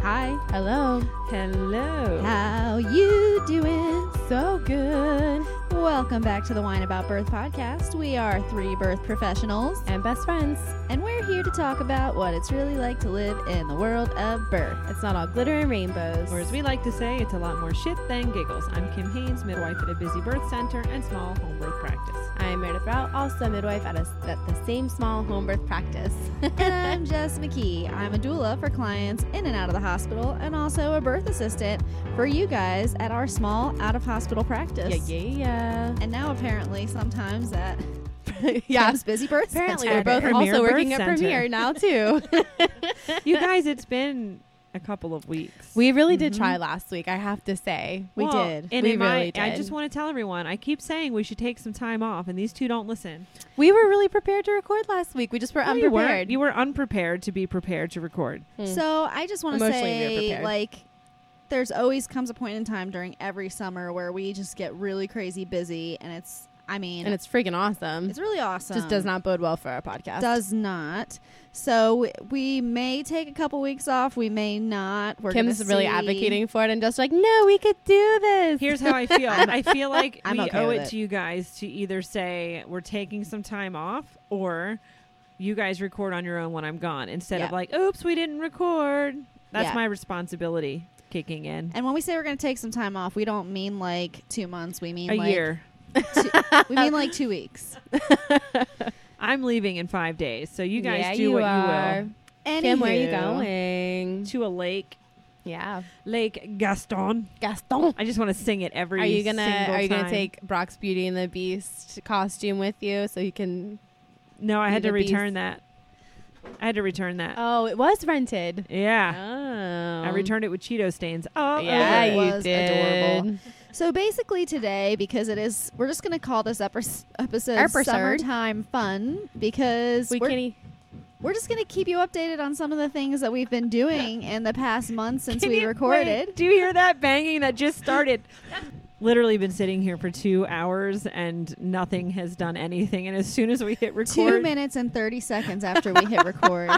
Hi. Hello. Hello. How you doing? So good. Welcome back to the Wine About Birth podcast. We are three birth professionals, And best friends. and we're here to talk about what it's really like to live in the world of birth. It's not all glitter and rainbows. Or as we like to say, it's a lot more shit than giggles. I'm Kim Haynes, midwife at a busy birth center and small home birth practice. I'm Meredith Rao, also midwife at, a, at the same small home birth practice. and I'm Jess McKee. I'm a doula for clients in and out of the hospital, and also a birth assistant for you guys at our small out of hospital practice. yeah, And now apparently sometimes at yeah. Kim's busy birth Apparently, center. we're At both Premier also Birth working at Center. Premiere now, too. you guys, it's been a couple of weeks. we really did try last week, I have to say. we Mm-hmm. Well, did. And We in my- really did. I just want to tell everyone, I keep saying we should take some time off, and these two don't listen. We were really prepared to record last week. We just were No, you weren't. unprepared. You were unprepared to be prepared to record. So I just want to Emotionally, we were say, prepared. like, there's always comes a point in time during every summer where we just get really crazy busy, and it's, I mean, and it's freaking awesome. it's really awesome. just does not bode well for our podcast. Does not. So w- we may take a couple weeks off. We may not. We're Kim's gonna really see. advocating for it and just like, no, we could do this. Here's how I feel. I feel like I'm we okay owe with it, it. to you guys to either say we're taking some time off or you guys record on your own when I'm gone instead of Yeah. like, oops, we didn't record. That's Yeah. my responsibility kicking in. And when we say we're going to take some time off, we don't mean like two months. We mean A like year. Two, we mean like two weeks. I'm leaving in five days, so you guys Yeah, do what are. you will. Kim, where are you Anywho, going? To a lake, Yeah. Lake Gaston. Gaston. I just want to sing it every. Are you gonna single Are you gonna time. take Brock's Beauty and the Beast costume with you so you can? No, I had the to bees? return that. I had to return that. Oh, it was rented. yeah, Oh, I returned it with Cheeto stains. Oh, Yeah, It you was did. adorable. So basically today, because it is, we're just going to call this epis episode Episode. summertime fun because We are can. e- We're just going to keep you updated on some of the things that we've been doing in the past month since Can we you- recorded. wait, do you hear that banging that just started? Literally been sitting here for two hours and nothing has done anything. And as soon as we hit record, Two minutes and 30 seconds after we hit record.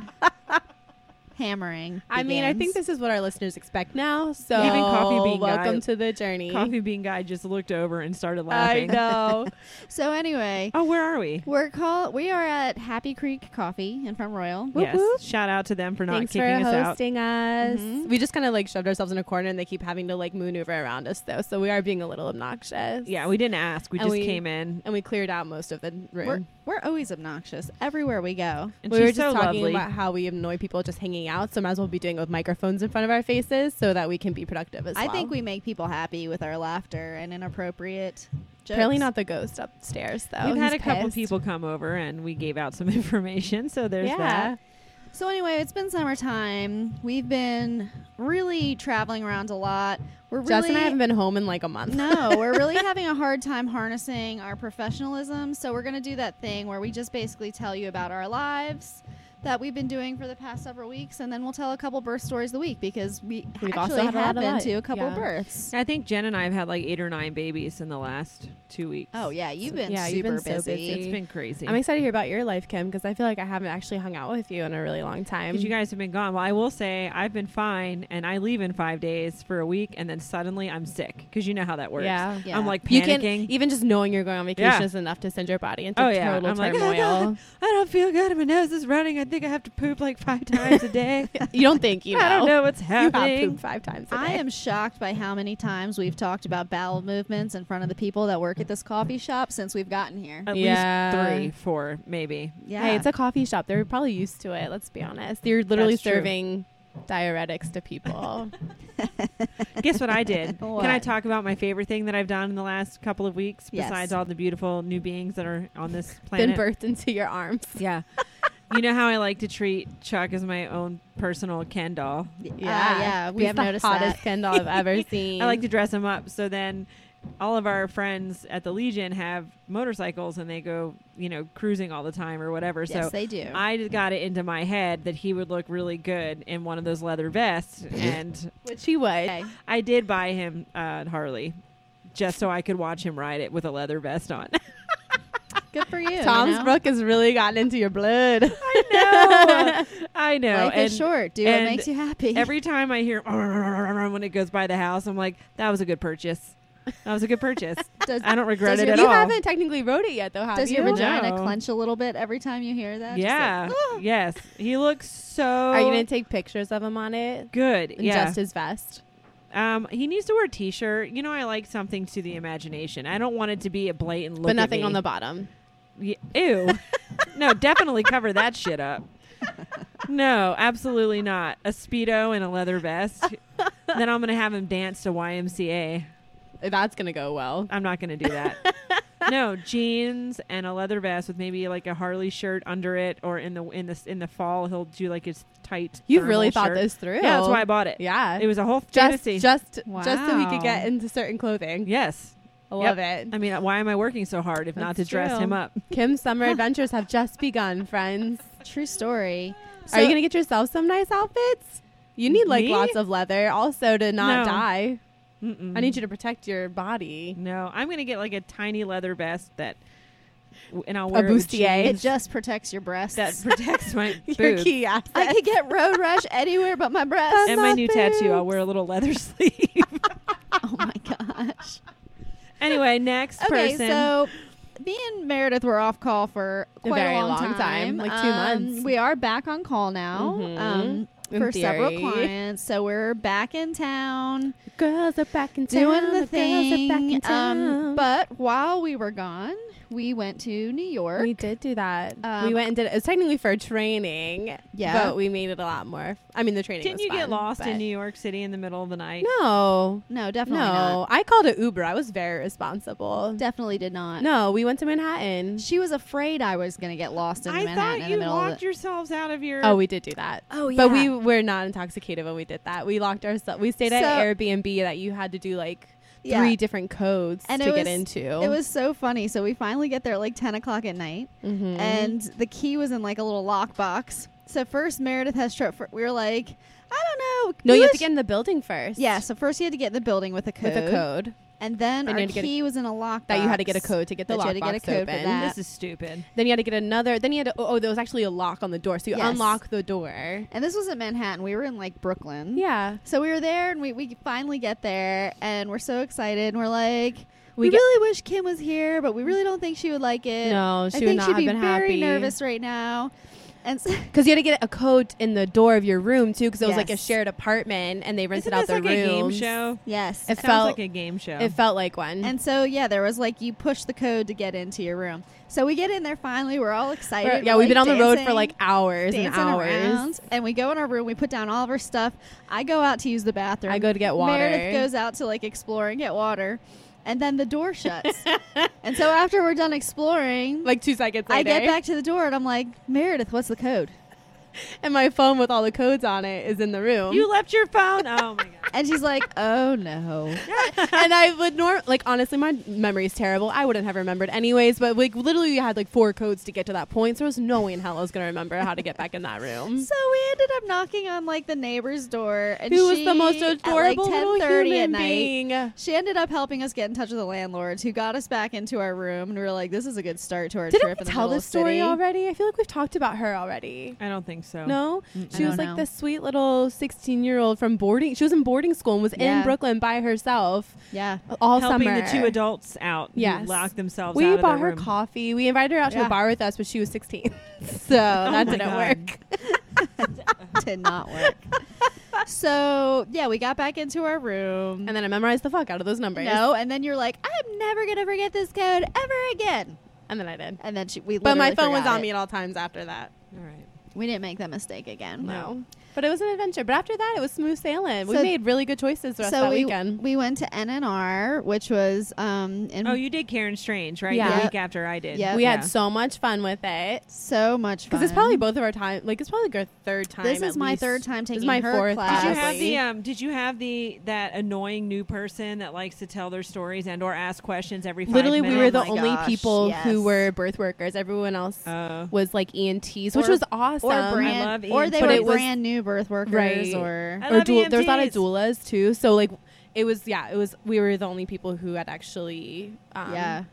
Hammering. I mean, I think begins. this is what our listeners expect now. So, Even Coffee Bean Guy- welcome to the journey. coffee bean guy just looked over and started laughing. I know. So anyway, Oh, where are we? we're call we are at Happy Creek Coffee in Front Royal. Whoop, yes, whoop. shout out to them for not Thanks for kicking us out. Mm-hmm. hosting us. Mhm. We just kind of like shoved ourselves in a corner, and they keep having to like maneuver around us though. So we are being a little obnoxious. Yeah, we didn't ask. We And just we- came in. and we cleared out most of the We're, room. we're always obnoxious everywhere we go. And we she's were just so talking lovely. about how we annoy people just hanging out, so might as well be doing it with microphones in front of our faces so that we can be productive as I well. think we make people happy with our laughter and inappropriate jokes. apparently not the ghost upstairs though. We've had a He's couple pissed. people come over and we gave out some information. So there's Yeah, that. So anyway, it's been summertime. We've been really traveling around a lot. We're really Jess and I haven't been home in like a month. no, we're really having a hard time harnessing our professionalism. So we're going to do that thing where we just basically tell you about our lives that we've been doing for the past several weeks, and then we'll tell a couple birth stories the week because we We've also actually had a lot have of been life. to a couple Yeah. births. I think Jen and I have had like eight or nine babies in the last two weeks. Oh yeah, you've been Yeah, super you've been so busy. busy. It's been crazy. I'm excited to hear about your life, Kim, because I feel like I haven't actually hung out with you in a really long time. Because you guys have been gone. Well, I will say I've been fine, and I leave in five days for a week, and then suddenly I'm sick because you know how that works. Yeah. Yeah. I'm like You panicking. can even just knowing you're going on vacation Yeah. is enough to send your body into Oh, yeah. total I'm like, "Oh, turmoil. I don't feel good. My nose is running. I think I have to poop like five times a day. you don't think you know. I don't know what's You have happening. pooped five times. a I day. am shocked by how many times we've talked about bowel movements in front of the people that work at this coffee shop since we've gotten here. At Yeah. least three, four, maybe. Yeah, Uh, Hey, it's a coffee shop. They're probably used to it. Let's be honest. They're literally That's true. serving diuretics to people. Guess what I did? What? Can I talk about my favorite thing that I've done in the last couple of weeks Yes. besides all the beautiful new beings that are on this Been planet? birthed into your arms. Yeah. you know how I like to treat Chuck as my own personal Ken doll. yeah, Ah, yeah. We Uh, He's have the noticed hottest that. Ken doll I've ever seen. I like to dress him up. So then all of our friends at the Legion have motorcycles and they go, you know, cruising all the time or whatever. Yes, so they do. I just got it into my head that he would look really good in one of those leather vests. and which he would. Okay. I did buy him uh, Harley just so I could watch him ride it with a leather vest on. Good for you. you Tom's know? Brook has really gotten into your blood. I know. I know. Life and is short. Do what and makes you happy. every time I hear when it goes by the house, I'm like, that was a good purchase. That was a good purchase. does, I don't regret Does it your- at you all. haven't technically wrote it yet, though, have does you? your vagina No. clench a little bit every time you hear that? Just yeah. like, "Ah." yes. He looks so. Are you gonna take pictures of him on it? good? And yeah. Just his vest. Um, he needs to wear a t-shirt. You know, I like something to the imagination. I don't want it to be a blatant look, but nothing on the at bottom. me. Y- Ew. no, definitely cover that shit up. No, absolutely not. A speedo and a leather vest. then I'm gonna have him dance to YMCA. That's gonna go well. I'm not gonna do that. no jeans and a leather vest with maybe like a Harley shirt under it, or in the in the in the fall he'll do like his tight. You really thermal thought shirt. this through. Yeah, that's why I bought it. Yeah. It was a whole just fantasy. just just so he Wow. could get into certain clothing. yes, I Yep. love it. I mean, why am I working so hard if not to That's dress true. him up? Kim's summer adventures have just begun, friends. True story. Are So- you gonna get yourself some nice outfits? You need like Me? lots of leather, also to not No. die. Mm-mm. I need you to protect your body. No, I'm gonna get like a tiny leather vest that, and I'll A wear it with bustier. It jeans just protects your breasts. that protects my Your boobs. key asset. I could get road rush anywhere but my breasts. and my my new tattoo. I'll boobs. wear a little leather sleeve. oh my gosh. anyway, next Okay, person. so me and Meredith were off call for A quite a, very long time, like two Um, months. We are back on call now um, In for several theory. clients, so we're back in town Girls are back in doing town. the Girls are back in thing. town. Um, but while we were gone, we went to New York. we did do that. Um, we went and did it. It was technically for training. Yeah. But we made it a lot more. I mean, the training. didn't was you get fun, lost but- in New York City in the middle of the night? No. no, definitely No. not. I called it Uber. I was very responsible. Definitely did not. No, we went to Manhattan. She was afraid I was going to get lost in I Manhattan thought in the you middle of locked the- yourselves out of your. Oh, we did do that. Oh, But we yeah. were not intoxicated when we did that. We locked ourselves. We stayed at So- an Airbnb that you had to do like Yeah. three different codes And to it get was- into. It was so funny. So we finally get there at like 10 o'clock at night, Mhm. and the key was in like a little lockbox. So first, Meredith has trip. For, we were like, I don't know. no, we you have was- to get in the building first. Yeah, so first you had to get in the building with a code. with a code And then Then you our had to get a- key was in a lockbox. that you had to get a code to get the That you had to get a lockbox code for open. that. this is stupid. Then you had to get another. Then you had to. Oh, oh, there was actually a lock on the door, so you Yes. unlock the door. And this was in Manhattan. We were in like Brooklyn. Yeah, So we were there and we, we finally get there and we're so excited and we're like, we, We get- really wish Kim was here, but we really don't think she would like it. No, I she would think not she'd have be been very happy." nervous right now. And so, because you had to get a code in the door of your room too, because it was like a Yes. shared apartment, and they Isn't rented out this their like a game rooms. show? yes. It Sounds felt like a game show. it felt like one. And so yeah, there was like you push the code to get into your room. So we get in there finally. We're all excited. We're- yeah, We're, we've been like, on the road for dancing, like hours and dancing hours. around, and we go in our room. We put down all of our stuff. I go out to use the bathroom. I go to get water. Meredith goes out to like explore and get water, and then the door shuts. and so after we're done exploring, like two seconds later. I get back to the door and I'm like, Meredith, what's the code? and my phone with all the codes on it is in the room. you left your phone. Oh my god. And she's like, Oh no. and I would norm like honestly, my memory is terrible. I wouldn't have remembered anyways. But like literally, you had like four codes to get to that point. So there was no way in hell I was gonna remember how to get back in that room. So we ended up knocking on like the neighbor's door, and Who was she, the most at, adorable like, little 10:30 human at night, being? She ended up helping us get in touch with the landlords, who got us back into our room, and we were like, "This is a good start to our Didn't trip." we in the tell middle this of story city." already? I feel like we've talked about her already. I don't think so. No, Mm-mm. she I was don't like know. the sweet little sixteen-year-old from boarding. She was in boarding school and was Yeah. in Brooklyn by herself Yeah, all helping summer. the two adults out. Yeah, Yes. lock themselves. we out of bought their her room. coffee. We invited her out to Yeah. a bar with us, but she was sixteen, so that my didn't God. work. did not work. so yeah, we got back into our room. And then I memorized the fuck out of those numbers. no, and then you're like, "I'm never gonna forget this code ever again." and then I did. And then she, we, But my literally phone was forgot on it. me at all times after that. All right. We didn't make that mistake again. No. No. But it was an adventure. But after that, it was smooth sailing. we So- made really good choices the rest of So that we weekend. we went to NNR, which was um in Oh, you did Karen Strange, right? Yeah. The week after I did. Yep. we Yeah. had so much fun with it. so much fun. Because it's probably both of our time. Like, it's probably our third time. This at is my least. third time This taking is my her fourth class. Did you class. have Honestly. the um? Did you have the that annoying new person that likes to tell their stories and or ask questions every? Five Literally, we minutes? were the Oh my only gosh, people yes. who were birth workers. Everyone else Oh. was like ENTs, Or- which was awesome. or brand, love or they EMTs. But were it was- brand new birth workers, Right. or I or love duel- there's a lot of EMTs. doulas too. So like, it was yeah, it was. We were the only people who had actually um, yeah.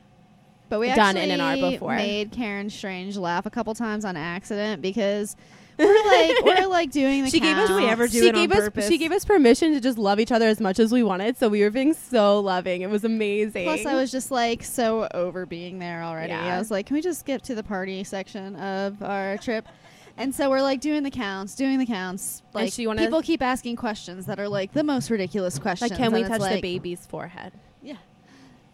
but we done actually in an hour before. made Karen Strange laugh a couple times on accident because we're like we're like doing the She gave us- Do we counts. ever do she it on gave us purpose? she gave us permission to just love each other as much as we wanted, so we were being so loving. It was amazing. Plus, I was just like so over being there already. Yeah. I was like, can we just skip to the party section of our trip? And so we're like doing the counts, doing the counts. And Like she wanna- people keep asking questions that are like the most ridiculous questions. like, can we and it's touch the like, baby's forehead?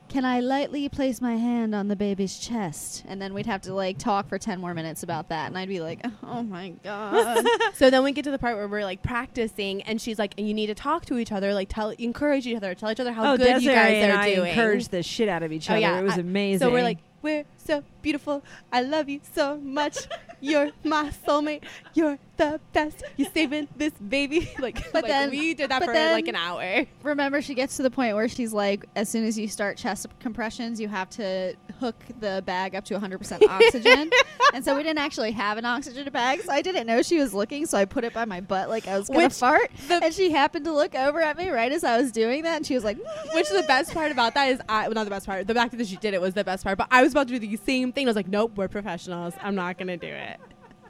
Can I lightly place my hand on the baby's chest? And then we'd have to like talk for ten more minutes about that, and I'd be like, oh my god. So then we get to the part where we're like practicing, and she's like, "You need to talk to each other, like tell, encourage each other, tell each other how oh, good Desiree you guys and are I doing." encouraged the shit out of each Oh, other. yeah. it was I- amazing. So we're like, "We're so beautiful. I love you so much. You're my soulmate. You're the best. You're saving this baby." Like, But like, then- we did that but for then- like an hour. remember she gets to the point where she's like as soon as you start chest compressions you have to hook the bag up to 100% oxygen and so we didn't actually have an oxygen bag so i didn't know she was looking so i put it by my butt like i was gonna Which fart the- and she happened to look over at me right as i was doing that and she was like Which the best part about that is, I well, not the best part. The fact that she did it was the best part. But I was about to do the same thing. I was like, "Nope, we're professionals. I'm not gonna do it."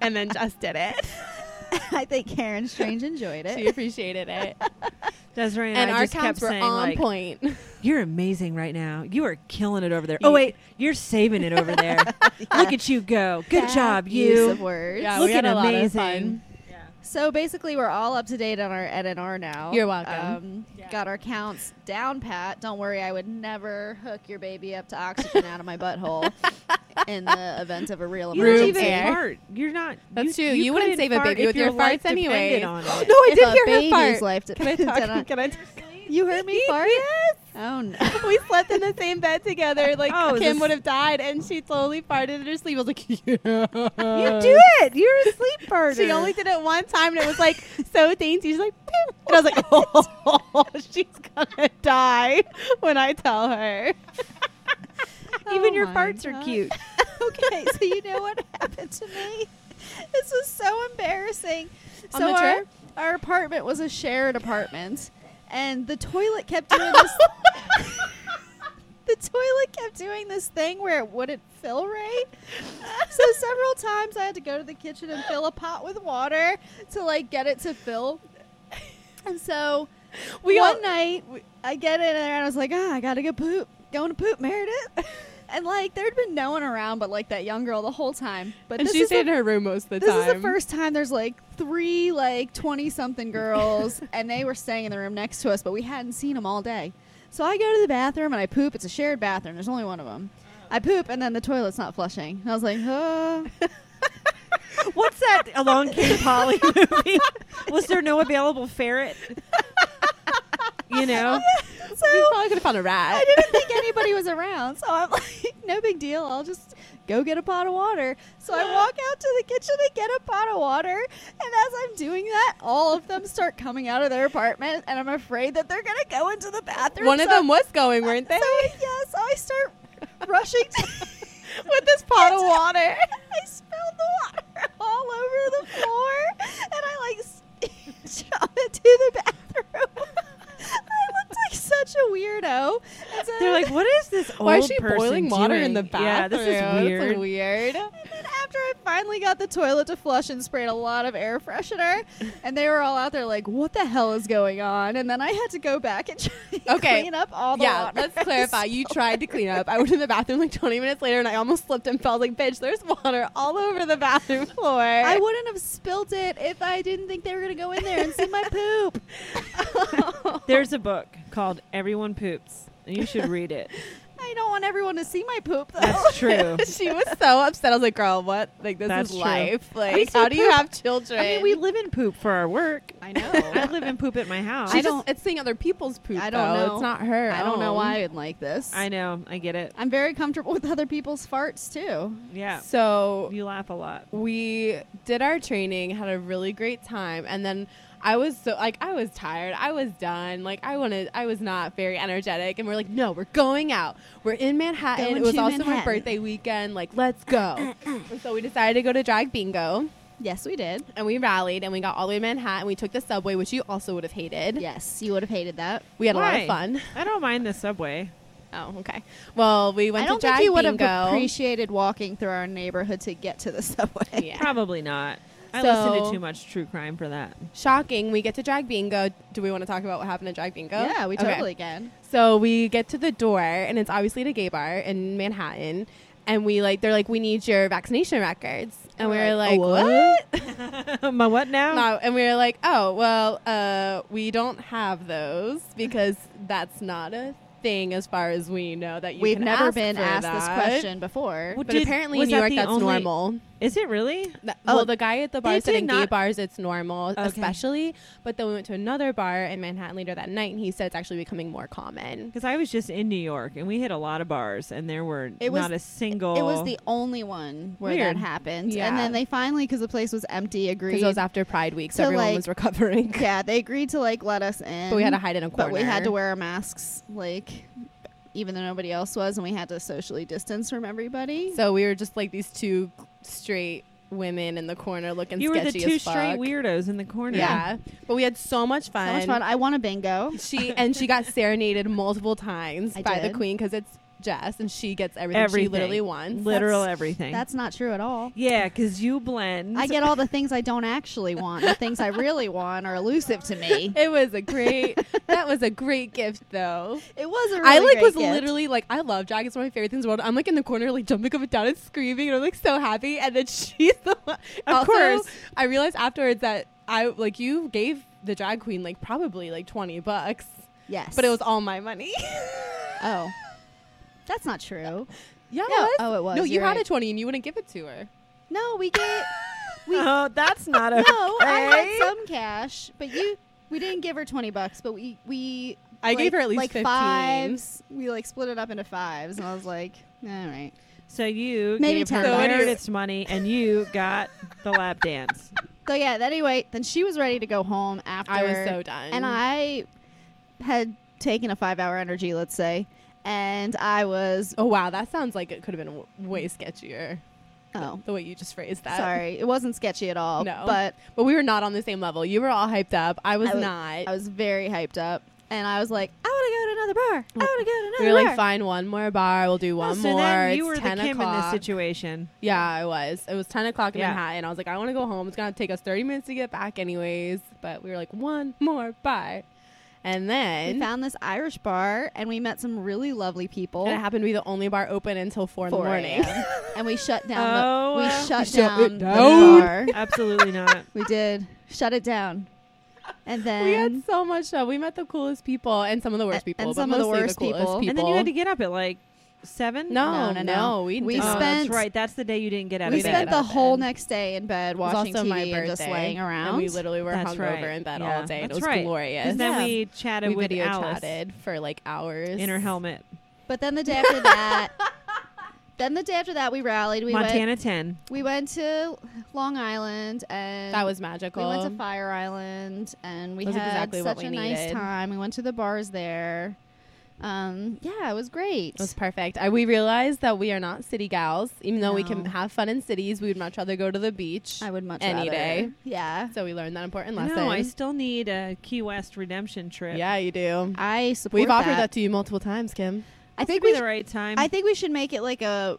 And then just did it. i think karen strange enjoyed She it appreciated it, Desiree and, and I our just kept counts were saying, on like, point. "You're amazing right now. You are killing it over there." Yeah. Oh wait, you're saving it over there. Look at you go. Good Bad job, use of you. words Yeah, we Looking had a lot of amazing. fun. so basically we're all up to date on our nr now You're welcome. um, got our counts down pat don't worry i would never hook your baby up to oxygen out of my butthole in the event of a real You Room don't emergency even air. fart. You're not. That's you, true. You wouldn't couldn't save a fart baby if with your life farts anyways. depended on it. No, I If did a hear her baby's fart. life did- Can I talk? did I- Can I talk? you heard me fart oh no we slept in the same bed together. Like Oh, Kim this- would have died, and she slowly farted in her sleep. I was like, You "Yeah, do it. You're a sleep party. Uh, She only did it one time, and it was like so dainty. She's like, "Pew." and I was like, "Oh, she's gonna die when I tell her." Even Oh your my farts are God. cute. okay, so you know what happened to me? This was so embarrassing. On so the trip? Our, our apartment was a shared apartment, and the toilet kept doing this. the toilet kept doing this thing where it wouldn't fill right. So several times I had to go to the kitchen and fill a pot with water to like get it to fill. And so We one all- night I get in there and I was like, ah, I gotta go poop. Going to poop, Meredith. And like there'd been no one around but like that young girl the whole time. But and this she is stayed in the, her room most of the this time. is the first time there's like three like twenty something girls and they were staying in the room next to us, but we hadn't seen them all day. So I go to the bathroom and I poop. It's a shared bathroom. There's only one of them. Oh. I poop and then the toilet's not flushing. And I was like, oh. What's that Along Came Polly movie? Was there no available ferret? You know, We so probably could have found a rat. I didn't think anybody was around, so I'm like, no big deal. I'll just go get a pot of water. So I walk out to the kitchen and get a pot of water. And as I'm doing that, all of them start coming out of their apartment, and I'm afraid that they're gonna go into the bathroom. One of So- them was going, weren't So they? I, yeah, so I start rushing to With this pot of water. I spilled the water all over the floor, and I like s- jumped into the bathroom. I looked like such a weirdo. And so- they're like, "What is this old Why is she person boiling water in the doing?" bathroom? Yeah, this is It's weird. weird. And then after I finally got the toilet to flush and sprayed a lot of air freshener, and they were all out there like, "What the hell is going on?" And then I had to go back and try to Okay. clean up all the Yeah, water. let's clarify. You tried to clean up. I went in the bathroom like 20 minutes later, and I almost slipped and fell. Like, bitch, there's water all over the bathroom floor. I wouldn't have spilt it if I didn't think they were gonna go in there and see my poop. There's a book called Everyone Poops. and You should read it. I don't want everyone to see my poop though. That's true. she was so upset. I was like, girl, what? Like, this That's is true. life. We Like, see how do you poop- have children? I mean, we live in poop for our work. I know. I live in poop at my house. She I just- don't- it's seeing other people's poop. I don't though. know. It's not her. Oh, I don't know own. why I'm like this. Oh. I know. I get it. I'm very comfortable with other people's farts too. Yeah, So you laugh a lot. we did our training, had a really great time, and then I was so like I was tired, I was done, like I wanted, I was not very energetic, and we're like, no, we're going out, we're in Manhattan. Going it was to also my Manhattan. birthday weekend, like let's go. And so we decided to go to drag bingo, Yes, we did. and we rallied, and we got all the way to Manhattan. We took the subway, which you also would have hated. Yes, you would have hated that. We had a lot Why? of fun. I don't mind the subway. Oh, okay. Well, we went I don't to drag think you would bingo. have appreciated walking through our neighborhood to get to the subway. Yeah. Probably not. I listen to So- too much true crime for that. Shocking. We get to drag bingo. Do we want to talk about what happened at drag bingo? Yeah, we Okay. totally can. So we get to the door, and it's obviously at a gay bar in Manhattan. And we like, they're like, we need your vaccination records. And We're we were like, like, "What?" what? My what now? No, and we were like, oh, well, uh, we don't have those because that's not a thing as far as we know that you We've can never ask been for asked this that. question before. Well, But Did- apparently was in New that York, the that's only- normal. Is it really? That- Oh, well, the guy at the bar they said did in gay not- bars it's normal, Okay. especially. But then we went to another bar in Manhattan later that night, and he said it's actually becoming more common. Because I was just in New York and we hit a lot of bars and there were It was- not a single. It was the only one where Weird. that happened. Oh. Yeah. And then they finally, because the place was empty, agreed. Because it was after Pride Week, so So, everyone like- was recovering. yeah, they agreed to like let us in. But we had to hide in a corner. But we had to wear our masks, like even though nobody else was, and we had to socially distance from everybody. So we were just like these two straight women in the corner looking you were sketchy the two as fuck. straight weirdos in the corner. Yeah. But we had so much fun. so much fun! I want a bingo. She and she got serenaded multiple times I by the did. queen because it's Jess and she gets everything, she Everything. literally wants. Literal everything. That's not true at all. yeah, because you blend. I get all the things I don't actually want. The things I really want are elusive to me. It was a great. that was a great gift, though. It was a really I like great was gift. literally like I love drag. It's one of my favorite things in the world. I'm like in the corner like jumping up and down and screaming, and I'm like so happy. And then she's the one. Of Also, course. I realized afterwards that I like you gave the drag queen like probably like 20 bucks, yes, but it was all my money. oh, that's not true. yeah. No, it was. oh, it was. No, you You're had right. a 20 and you wouldn't give it to her. No, we get we Oh, that's not okay. no. I had some cash, but you we didn't give her twenty bucks, but we we I gave her at least like 15. fives. We like split it up into fives, and I was like, all right, So you Maybe gave her ten bucks. Meredith's money and you got the lap dance. so yeah. That, anyway, then she was ready to go home after. I was so done. and I had taken a five hour energy, let's say, and I was Oh wow, that sounds like it could have been w- way sketchier. oh. The way you just phrased that. Sorry, it wasn't sketchy at all. No. But But we were not on the same level. You were all hyped up. I was I was- not. I was very hyped up, and I was like, I want to go to another bar. I want to go to we were another bar. like, fine, one more bar. We'll do Oh, one so more. then you it's were the 10 Kim o'clock. in this situation. Yeah, I was. It was 10 o'clock in Yeah. Manhattan. I was like, I want to go home. It's going to take us 30 minutes to get back, anyways. But we were like, one more bar. And then we found this Irish bar, and we met some really lovely people. and it happened to be the only bar open until 4 in the 4 morning. a.m., and we shut down. Oh, the, we uh, shut You shut down it the down. bar. Absolutely not. we did shut it down, and then we had so much fun. We met the coolest people and some of the worst A- people. and but some of the mostly worst coolest people. And then you had to get up at like seven. no, No, no, no, no. We, We Oh, didn't. spent- that's right. That's the day you didn't get out we of bed. spent out the of whole bed. next day in bed It was watching also TV my birthday, and just laying around. And we literally were That's hungover right. in bed Yeah, all day. and It that's was right. glorious. And then Yeah. we chatted we with video Alice chatted for like hours in her helmet. but then the day after that, then the day after that, we rallied. We went. Montana 10. We went to Long Island, and That was magical. We went to Fire Island, and we It was had exactly what such we a nice needed. time. We went to the bars there. Um, yeah, it was great. It was perfect. I, we realized that we are not city gals, even though we can No. have fun in cities. We would much rather go to the beach. I would much any rather. day. Yeah, So we learned that important lesson. No, I still need a Key West redemption trip. yeah, you do. I support. We've offered that. to you multiple times, Kim. I think Be we. the sh- right time. I think we should make it like a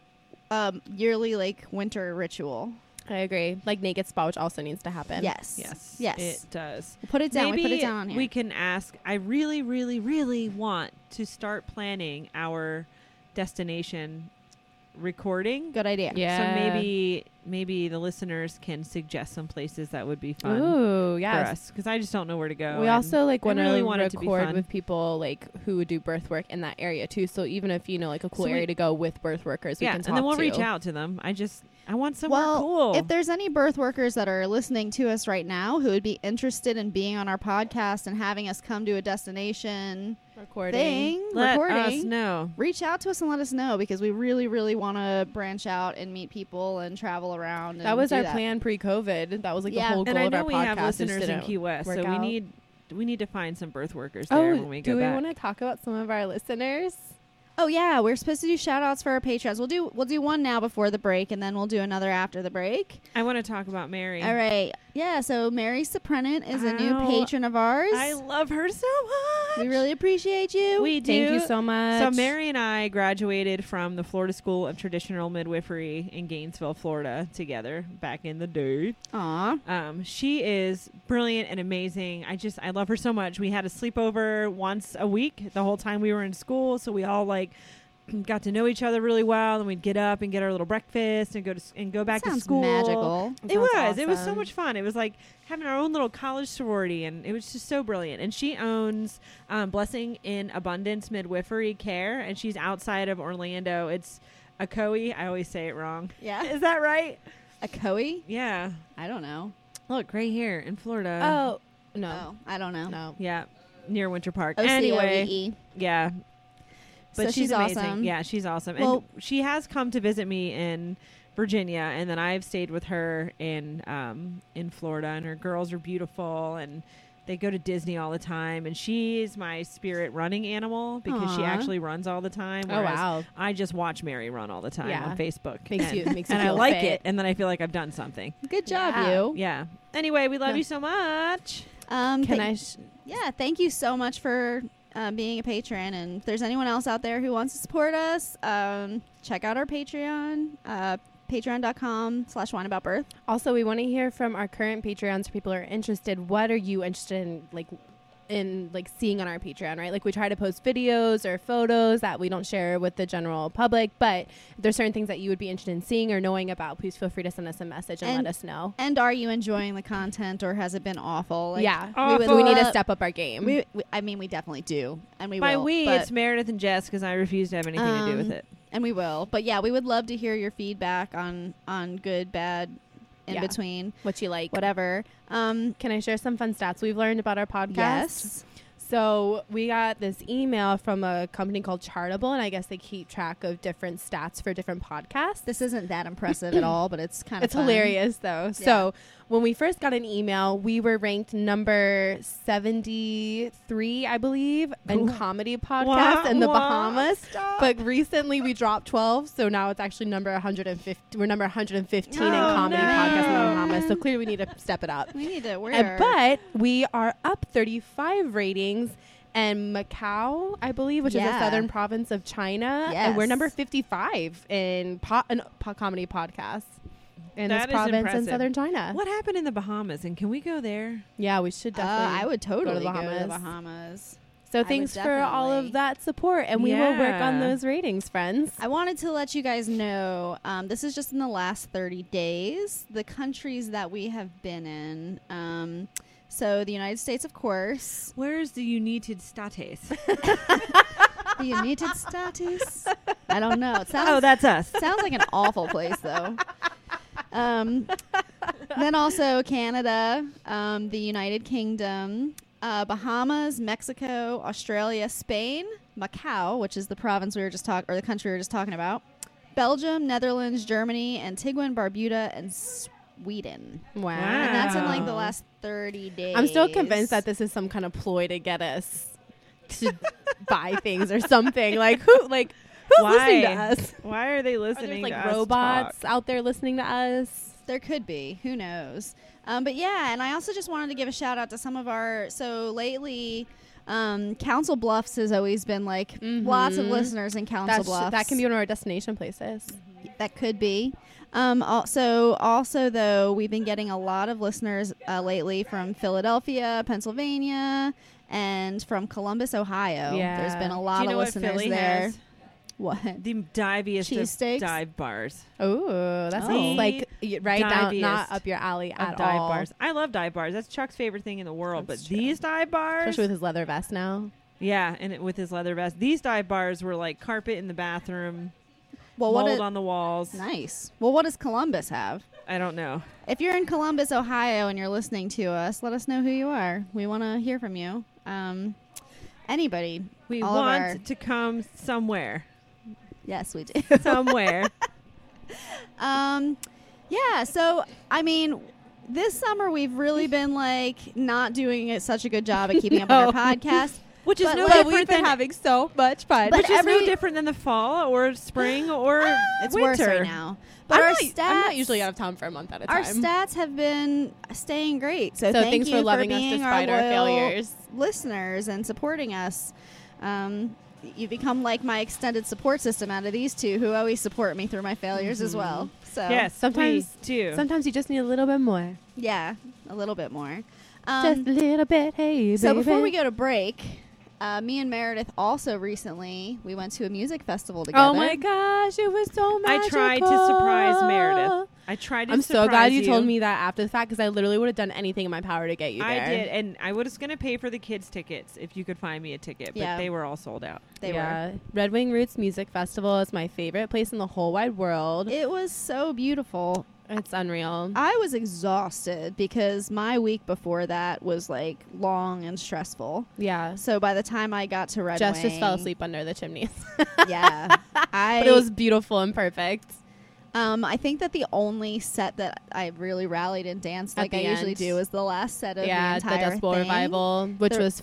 um, yearly like winter ritual. I agree. Like naked spa, which also needs to happen. Yes. yes, Yes. it does. We'll put it down. Maybe we put it down on here. we can ask. I really, really, really want to start planning our destination recording. Good idea. Yeah. So maybe maybe the listeners can suggest some places that would be fun Ooh, for yes. us because I just don't know where to go. We and also like I want really to want it to be record fun. with people like who would do birth work in that area too. So even if you know like a cool So we- area to go with birth workers, we yeah, can and talk then we'll to. reach out to them. I just I want somewhere Well, cool. if there's any birth workers that are listening to us right now who would be interested in being on our podcast and having us come to a destination Recording. thing, Let recording, us know. reach out to us and let us know because we really, really want to branch out and meet people and travel around. and That was do our plan pre-COVID. That was like Yeah. the whole goal and I of know our we podcast. have is to listeners in do- Key West, so work we out. need we need to find some birth workers Oh, there when we do go we back. want to talk about some of our listeners? Oh yeah, we're supposed to do shout outs for our patrons. We'll do we'll do one now before the break, and then we'll do another after the break. I want to talk about Mary. All right. Yeah, so Mary Soprenant is a new Ow. patron of ours. I love her so much. we really appreciate you. we do. Thank you so much. So Mary and I graduated from the Florida School of Traditional Midwifery in Gainesville, Florida, together back in the day. Aw. Um, she is brilliant and amazing. I just I love her so much. We had a sleepover once a week the whole time we were in school, so we all like got to know each other really well. And we'd get up and get our little breakfast and go to s- and go back Sounds to school. magical. It was. It was so awesome. much fun. It was like having our own little college sorority, and it was just so brilliant. And she owns um, Blessing in Abundance Midwifery Care, and she's outside of Orlando. It's a COE. I always say it wrong. Yeah. Is that right? A Coe? Yeah. I don't know. Look, gray hair in Florida. Oh no, Oh, I don't know. no. Yeah, near Winter Park. O C O E Anyway, E. yeah. So But she's, she's amazing. awesome. Yeah, she's awesome. Well- and she has come to visit me in Virginia, and then I've stayed with her in um, in Florida. And her girls are beautiful, and they go to Disney all the time. And she is my spirit running animal because she Aw. actually runs all the time. Oh whereas wow. I just watch Mary run all the time Yeah. on Facebook. Makes and, you makes you and I feel like fit. it, and then I feel like I've done something. Good job, Yeah. you. Yeah. Anyway, we love No. you so much. Um, Can thank- I? Sh- Yeah, thank you so much for uh, being a patron. And if there's anyone else out there who wants to support us, um, check out our Patreon, uh, patreon.com slash wineaboutbirth. also, we want to hear from our current Patreons. If people are interested, what are you interested in? Like. In like seeing on our Patreon, right? Like we try to post videos or photos that we don't share with the general public, but if there's certain things that you would be interested in seeing or knowing about, please feel free to send us a message and, And- let us know. And are you enjoying the content or has it been awful? Like, yeah, Oh, we, would- follow we need to up. step up our game. We, we, I mean, we definitely do. And we By will. we, but- it's Meredith and Jess because I refuse to have anything to do with Um, it. and we will. But yeah, we would love to hear your feedback on, on good, bad, in Yeah. between, what you like? whatever. Um, Can I share some fun stats we've learned about our podcast? yes. So we got this email from a company called Chartable, and I guess they keep track of different stats for different podcasts. This isn't that impressive at all, but it's kind of It's hilarious though. So when we first got an email, we were ranked number seventy three, I believe, in Cool. comedy podcasts in the Wah, wah, Bahamas. stop. But recently we dropped twelve, so now it's actually number one hundred and fifty. We're number one hundred and fifteen in Oh, comedy no. podcasts in the Bahamas. So clearly we need to step it up. We need to. We're And, Uh, but we are up 35 ratings. And Macau, I believe, which is Yeah. a southern province of China, and we're Yes. number 55 in, po- in po- comedy podcasts in That this is province in impressive. southern China. What happened in the Bahamas? And can we go there? Yeah, we should Uh, definitely. I would the totally go to the Bahamas. Bahamas. So would thanks for all definitely. Uh, of that support, and we will work on Yeah. those ratings, friends. I wanted to let you guys know um, this is just in the last 30 days, the countries that we have been in. Um, so, the United States, of course, Where's the United States? the United States. I don't know. It sounds, oh, that's us. sounds like an awful place, though. Um, then also Canada, um, the United Kingdom, uh, Bahamas, Mexico, Australia, Spain, Macau, which is the province we were just talking or the country we were just talking about, Belgium, Netherlands, Germany, Antigua and Barbuda, and Sweden. wow. And that's in like the Wow. last thirty days. I'm still convinced that this is some kind of ploy to get us to buy things or something. Like who? Like who's listening to Why? us? Why are they Are listening there's to like us robots talk? out there listening to us? There could be. Who knows? Um, but yeah, and I also just wanted to give a shout out to some of our. So lately, um, Council Bluffs has always been like lots of Mhm. listeners in Council That's, Bluffs. that can be one of our destination places. That could be. Um, also, also though, we've been getting a lot of listeners uh, lately from Philadelphia, Pennsylvania, and from Columbus, Ohio. Yeah. There's been a Do lot you know of what listeners Philly there. has? What? The diviest of Cheesesteaks? dive bars. Oh, that Oh. sounds like y- right down, Diviest not up your alley at of dive all. bars. I love dive bars. That's Chuck's favorite thing in the world. That's but true. these dive bars, Especially with his leather vest now. yeah, and it, with his leather vest, these dive bars were like carpet in the bathroom, Well, what? mold it- on the walls. nice. Well, what does Columbus have? I don't know. If you're in Columbus, Ohio, and you're listening to us, let us know who you are. We want to hear from you. Um, anybody? We All of want our- to come somewhere, Yes, we do. somewhere. um, yeah. So, I mean, this summer we've really been like not doing it such a good job at keeping up with our podcast. Which is But no like- but different we've been than having so much fun. But which is no every- Ah, different than the fall or spring or It's winter. worse right now. But I'm, our not, stats, I'm not usually out of town for a month at a our time. stats have been staying great. So, so thank thanks you for loving us being despite our, our, loyal failures. listeners and supporting us. Um, you become like my extended support system out of these two, who always support me through my failures as well. Mm-hmm. So Yes, Sometimes- we do. Sometimes you just need a little bit more. yeah, a little bit more. just a Um, little bit. Hey, so before we go to break, uh, me and Meredith also recently we went to a music festival together. Oh my gosh, it was so magical. I tried to surprise Meredith. I tried to. I'm so glad surprise you, told me that after the fact because I literally would have done anything in my power to get you there. I did, and I was going to pay for the kids' tickets if you could find me a ticket, but Yeah. they were all sold out. They yeah. Red Wing Roots Music Festival is my favorite place in the whole wide world. were. It was so beautiful. it's unreal. I was exhausted because my week before that was like long and stressful. yeah. So by the time I got to Red Jess just Wing- fell asleep under the chimneys. Yeah, I but it was beautiful and perfect. Um, I think that the only set that I really rallied and danced At like I the usually end. do is the last set of yeah, the the entire Dust Bowl thing. revival, which The- was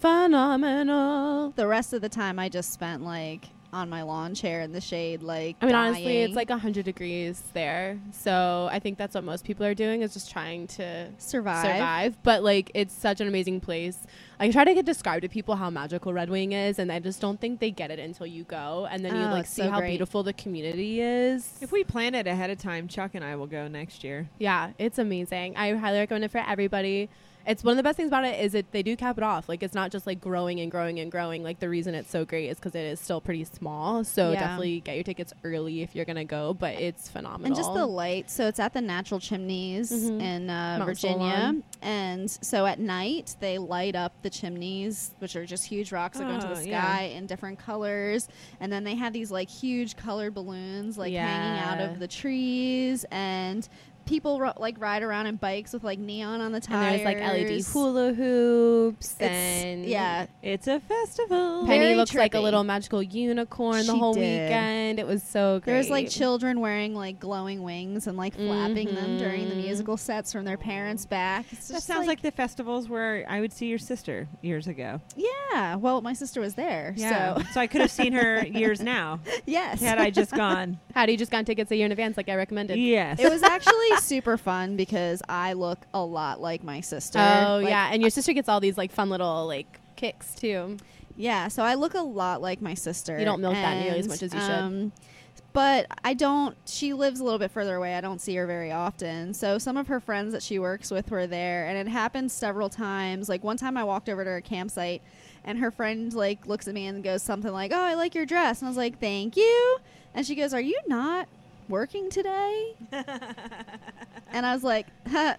phenomenal. The rest of the time, I just spent like on my lawn chair in the shade. Like, I mean, honestly, it's dying. like 100 degrees there. So I think that's what most people are doing is just trying to survive. survive. But like, it's such an amazing place. I try to get describe to people how magical Red Wing is, and I just don't think they get it until you go, and then you Oh, like it's see so how great. beautiful the community is. If we plan it ahead of time, Chuck and I will go next year. yeah, it's amazing. I highly recommend it for everybody. It's one of the best things about it is that they do cap it off. Like it's not just like growing and growing and growing. Like the reason it's so great is because it is still pretty small. So Yeah. definitely get your tickets early if you're gonna go. But it's phenomenal. And just the light. So it's at the Natural Chimneys Mhm. in uh, Mount Virginia. Solon. And so at night, they light up the chimneys, which are just huge rocks that go into Oh, the yeah. sky in different colors. And then they have these like huge colored balloons like hanging out Yeah. of the trees. And people ro- like ride around in bikes with like neon on the and tires. there's like LED hula hoops It's- and yeah. It's a festival. Very Penny looks like a trippy. little magical unicorn the She whole did. weekend. It was so great. There's like children wearing like glowing wings and like flapping them during the Mhm. musical sets from their parents' back. It's that just, sounds like, the festivals where I would see your sister years ago. yeah. Well, my sister was there, so So, I could have seen her years now Yes. had I just gone. How do you just got tickets a year in advance, like I recommended? yes. it was actually super fun because I look a lot like my sister. Oh Like- yeah, and your sister gets all these like fun little like kicks too. Yeah, so I look a lot like my sister. You don't milk that nearly as and, much as you should. Um, but I don't. She lives a little bit further away. I don't see her very often. So some of her friends that she works with were there, and it happened several times. Like one time, I walked over to her campsite, and her friend like looks at me and goes something like, "Oh, I like your dress," and I was like, "Thank you," and she goes, "Are you not working today?" and I was like, huh,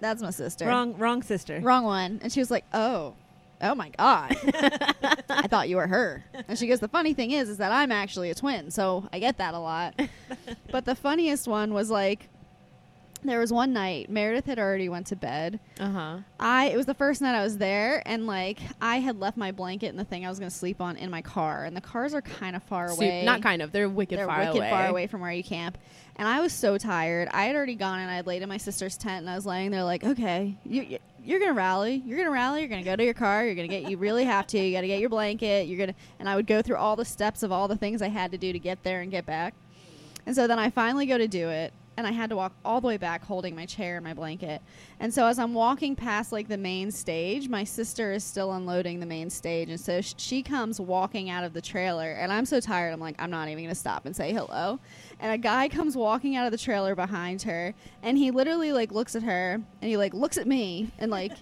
"That's my sister." wrong, wrong sister. Wrong one. And she was like, oh, oh my God. I thought you were her. And she goes, the funny thing is, is that I'm actually a twin. So I get that a lot. but the funniest one was like, there was one night Meredith had already went to bed. Uh huh. Uh-huh. I it was the first night I was there and like I had left my blanket and the thing I was going to sleep on in my car and the cars are kind of far away not kind of. They're wicked they're far wicked away. far away from where you camp. And I was so tired. I had already gone and I had laid in my sister's tent and I was laying there like, okay, you, you- you're gonna rally. You're gonna rally. You're gonna go to your car. You're gonna get. You really have to. You gotta get your blanket. You're gonna. And I would go through all the steps of all the things I had to do to get there and get back. And so then I finally go to do it, and I had to walk all the way back holding my chair and my blanket. And so as I'm walking past like the main stage, my sister is still unloading the main stage, and so sh- she comes walking out of the trailer, and I'm so tired, I'm like, I'm not even gonna stop and say hello. And a guy comes walking out of the trailer behind her, and he literally like looks at her, and he like looks at me, and like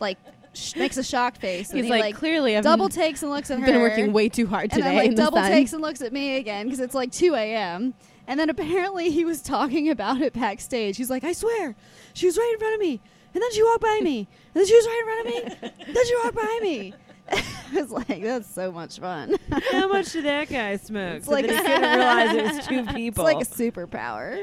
like sh- makes a shocked face. and He's he, like, clearly I've double takes and looks at her been working way too hard today. and then like in the double sun. takes and looks at me again because it's like 2 a.m and then apparently he was talking about it backstage he's like i swear she was right in front of me and then she walked by me and then she was right in front of me and then she walked by me i was like that's so much fun How much did that guy smoke? It's so like- that he couldn't realize it was two it's people. like a superpower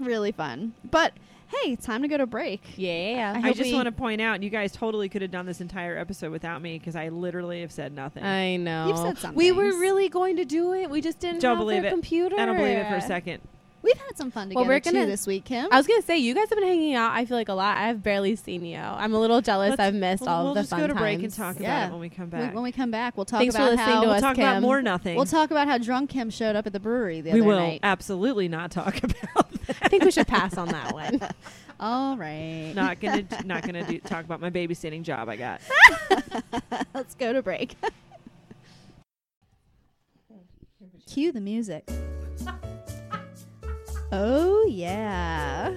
really fun but hey it's time to go to break Yeah. I hope just we- want to point out, you guys totally could have done this entire episode without me because I literally have said nothing. I know. You've said some we were things. really going to do it. We just didn't Don't have believe it. their computer. I don't believe it for a second. We've had some fun Well, together we're too gonna- this week, Kim. I was gonna say you guys have been hanging out. I feel like a lot. I've barely seen you. I'm a little jealous. Let's- I've missed we'll, all we'll of the just fun go to break and times. talk about Yeah. it when we come We- back. when we come back, we'll talk Thanks for about listening how to we'll us, talk about Kim. more nothing. we'll talk about how drunk Kim showed up at the brewery the we other will night. absolutely not talk about I think we should pass on that one. All right, not gonna d- not gonna do, talk about my babysitting job I got. let's go to break. Cue the music. Oh yeah.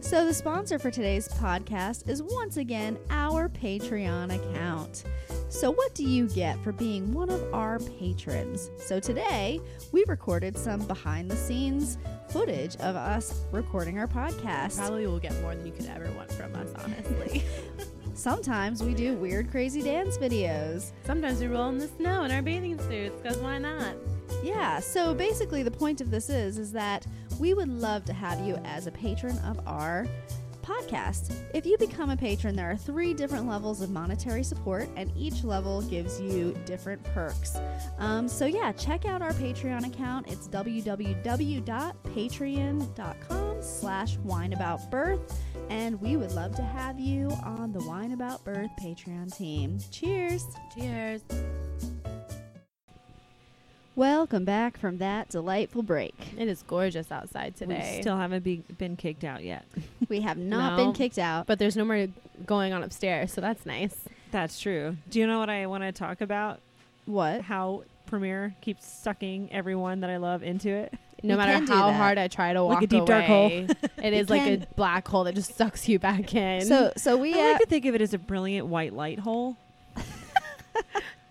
So the sponsor for today's podcast is once again our Patreon account. So what do you get for being one of our patrons? So today we recorded some behind the scenes footage of us recording our podcast. Probably will get more than you could ever want from us, honestly. Sometimes we do weird, crazy dance videos. Sometimes we roll in the snow in our bathing suits, because why not? Yeah, so basically the point of this is is that we would love to have you as a patron of our podcast. If you become a patron, there are 3 different levels of monetary support and each level gives you different perks. Um, so yeah, check out our Patreon account. It's www.patreon.com slash wineaboutbirth and we would love to have you on the Wine About Birth Patreon team. Cheers! Cheers. Welcome back from that delightful break. It is gorgeous outside today, We still haven't be, been kicked out yet. We have not been No. kicked out. but there's no more going on upstairs, so that's nice. That's true. Do you know what I want to talk about? What? How Premiere keeps sucking everyone that I love into it. No We can matter do how that. hard I try to walk Like a deep, away, dark hole. it is We like can. a black hole that just sucks you back in. So, so we I uh, like to think of it as a brilliant white light hole.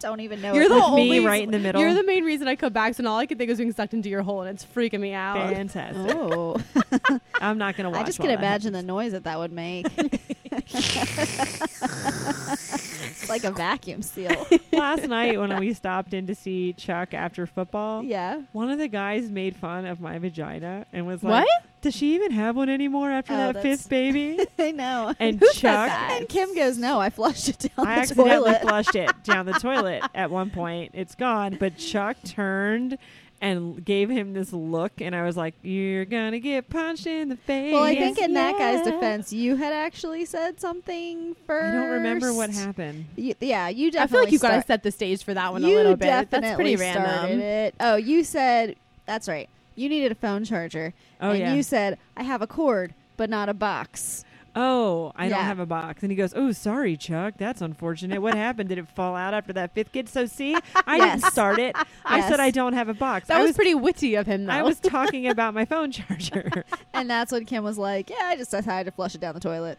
don't even know. You're what the with me only- right in the middle. You're the main reason I come back, so now all I can think is being sucked into your hole, and it's freaking me out. Fantastic. that- Oh, I'm not gonna watch. I just while can that imagine the noise that that would make. it's like a vacuum seal. last night when we stopped in to see Chuck after football, yeah. one of the guys made fun of my vagina and was like, What? "Does she even have one anymore after Oh, that that's- fifth baby?" I know. And Who said Chuck, that? And Kim goes, "No, I flushed it down I the accidentally toilet." flushed it down the toilet at one point. It's gone, but Chuck turned. And gave him this look, and I was like, "You're gonna get punched in the face." Well, I think in that guy's Yeah. defense, you had actually said something first. I don't remember what happened. You- yeah, you I definitely. feel like you start- gotta set the stage for that one you a little bit. Definitely That's pretty started random. It. Oh, you said that's right. You needed a phone charger, Oh and yeah. you said I have a cord, but not a box. oh, I don't Yeah. have a box. And he goes, "Oh, sorry, Chuck. That's unfortunate. What happened? Did it fall out after that fifth kid? So see, I Yes. didn't start it. I Yes. said I don't have a box. That I was, was pretty witty of him, though. I was talking about my phone charger. And that's when Kim was like, "Yeah, I just decided to flush it down the toilet."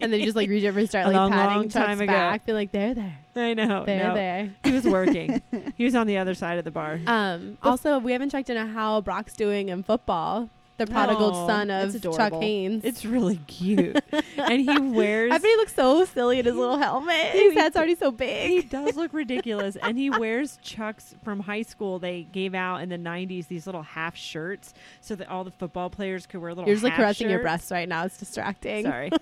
and then you just like reach over and start A like long, patting long Chuck's time ago. back, be like, "They're there, I know. they're no. there." He was working. he was on the other side of the bar. Um, also, we haven't checked in on how Brock's doing in football. The prodigal Oh, son that's of Chuck adorable. Haynes. It's really cute, and he wears. I bet he looks so silly in his little helmet. He- His head's already so he big. does look ridiculous and he wears chucks from high school they gave out in the 90s these little half shirts so that all the football players could wear little You're just like half caressing your shirts. breasts right now. It's distracting. Sorry.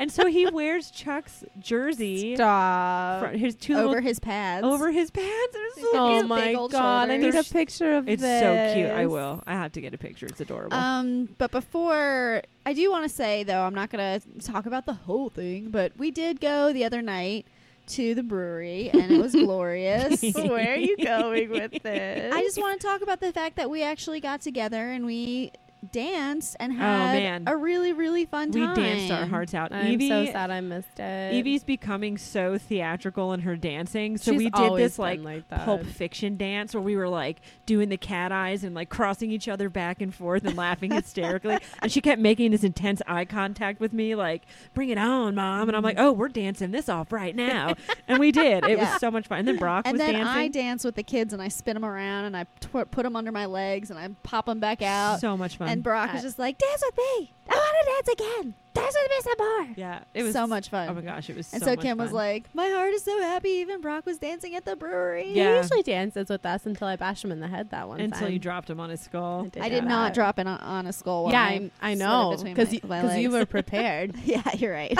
and so he wears Chuck's jersey, Stop. fr- his two over little- his pads. over his pants. It was so Oh his cute. my big old god! I need a shoulders. picture of It's this. so cute. I will. I have to get a picture. It's adorable. Um, but before I do want to say though, I'm not gonna talk about the whole thing, but we did go the other night to the brewery, and it was glorious. Where are you going with this? I just want to talk about the fact that we actually got together and we danced and had Oh, man. a really really fun we time. danced our hearts out. I'm Evie, so sad I missed it. Evie's becoming so theatrical in her dancing. So She's we did always this like, been like that. Pulp Fiction dance where we were like doing the cat eyes and like crossing each other back and forth and laughing hysterically. And she kept making this intense eye contact with me, like "Bring it on, mom!" And I'm like, "Oh, we're dancing this off right now." And we did. It Yeah. was so much fun. And then Brock And was then dancing. I dance with the kids and I spin them around and I tw- put them under my legs and I pop them back out. So much fun. and Brock was just like, "Dance with me! I want to dance again. Dance with me some more." yeah, it was so much fun. Oh my gosh, it was. and so, so, much Kim was fun. like, "My heart is so happy." Even Brock was dancing at the brewery. Yeah. He usually dances with us until I bash him in the head that one until time. you dropped him on his skull. "Oh, I did that. not drop in on, on a skull. While Yeah, I, I, I slid it know between because my- you, my 'cause you legs. were prepared. yeah, you're right.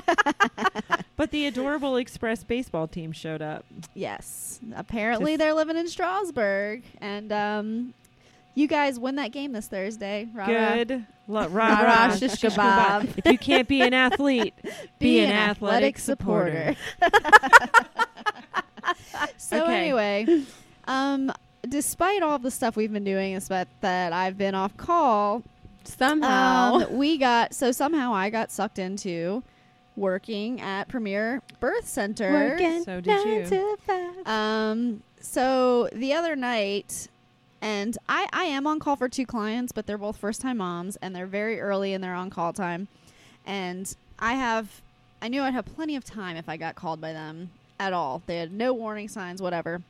But the adorable Express baseball team showed up. yes, apparently Just- they're living in Strasbourg, and um, You guys win that game this Thursday. Rah, rah. Good. La- rah, Rah, rah, rah, shish shish kebab. kebab. If you can't be an athlete, be an athletic supporter. so Okay. anyway, um, despite all the stuff we've been doing, is that that I've been off call. Somehow. Oh, Um, we got so somehow I got sucked into working at Premier Birth Center. So did you. to five. Um, so the other night, and I, I am on call for two clients, but they're both first time moms and they're very early in their on call time. And I have, I knew I'd have plenty of time if I got called by them at all. They had no warning signs, whatever.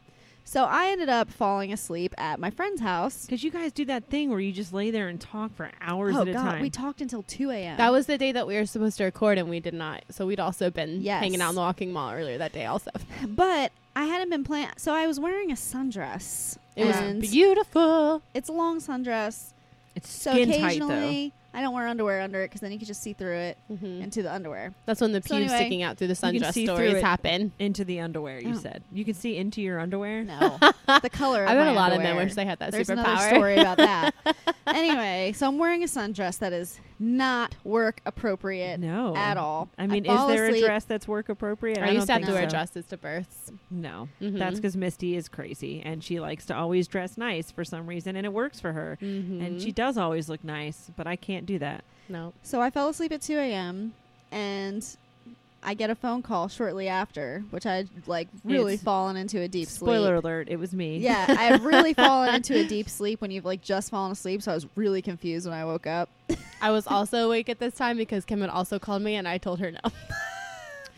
So I ended up falling asleep at my friend's house. Because you guys do that thing where you just lay there and talk for hours oh, at a God. time. We talked until 2 a.m. That was the day that we were supposed to record and we did not. So we'd also been Yes. hanging out in the walking mall earlier that day also. but I hadn't been planning. So I was wearing a sundress. It was and beautiful. It's a long sundress. it's So skin tight though. occasionally, I don't wear underwear under it because then you can just see through it Mm. into the underwear. That's when the pubes Mm-hmm. So anyway, sticking out through the can sundress see through stories it. happen. Into the underwear, you Oh. said. You can see into your underwear. No, the color. Of I bet my a lot of men underwear. wish they had that There's another superpower. story about that. anyway, so I'm wearing a sundress that is not work appropriate No. at all. I mean, is fall there asleep. a dress that's work appropriate? I I don't used to have think to wear so. Mm-hmm. dresses to births. No, Mm-hmm. Mhm. that's because Misty is crazy and she likes to always dress nice for some reason, and it works for her. Mm-hmm. And she does always look nice, but I can't do that. no. So I fell asleep at 2 a.m. and I get a phone call shortly after, which I would like really It's- fallen into a deep sleep. Spoiler alert: It was me. Yeah, I had really fallen into a deep sleep when you've like just fallen asleep. So I was really confused when I woke up. I was also awake at this time because Kim had also called me and I told her no.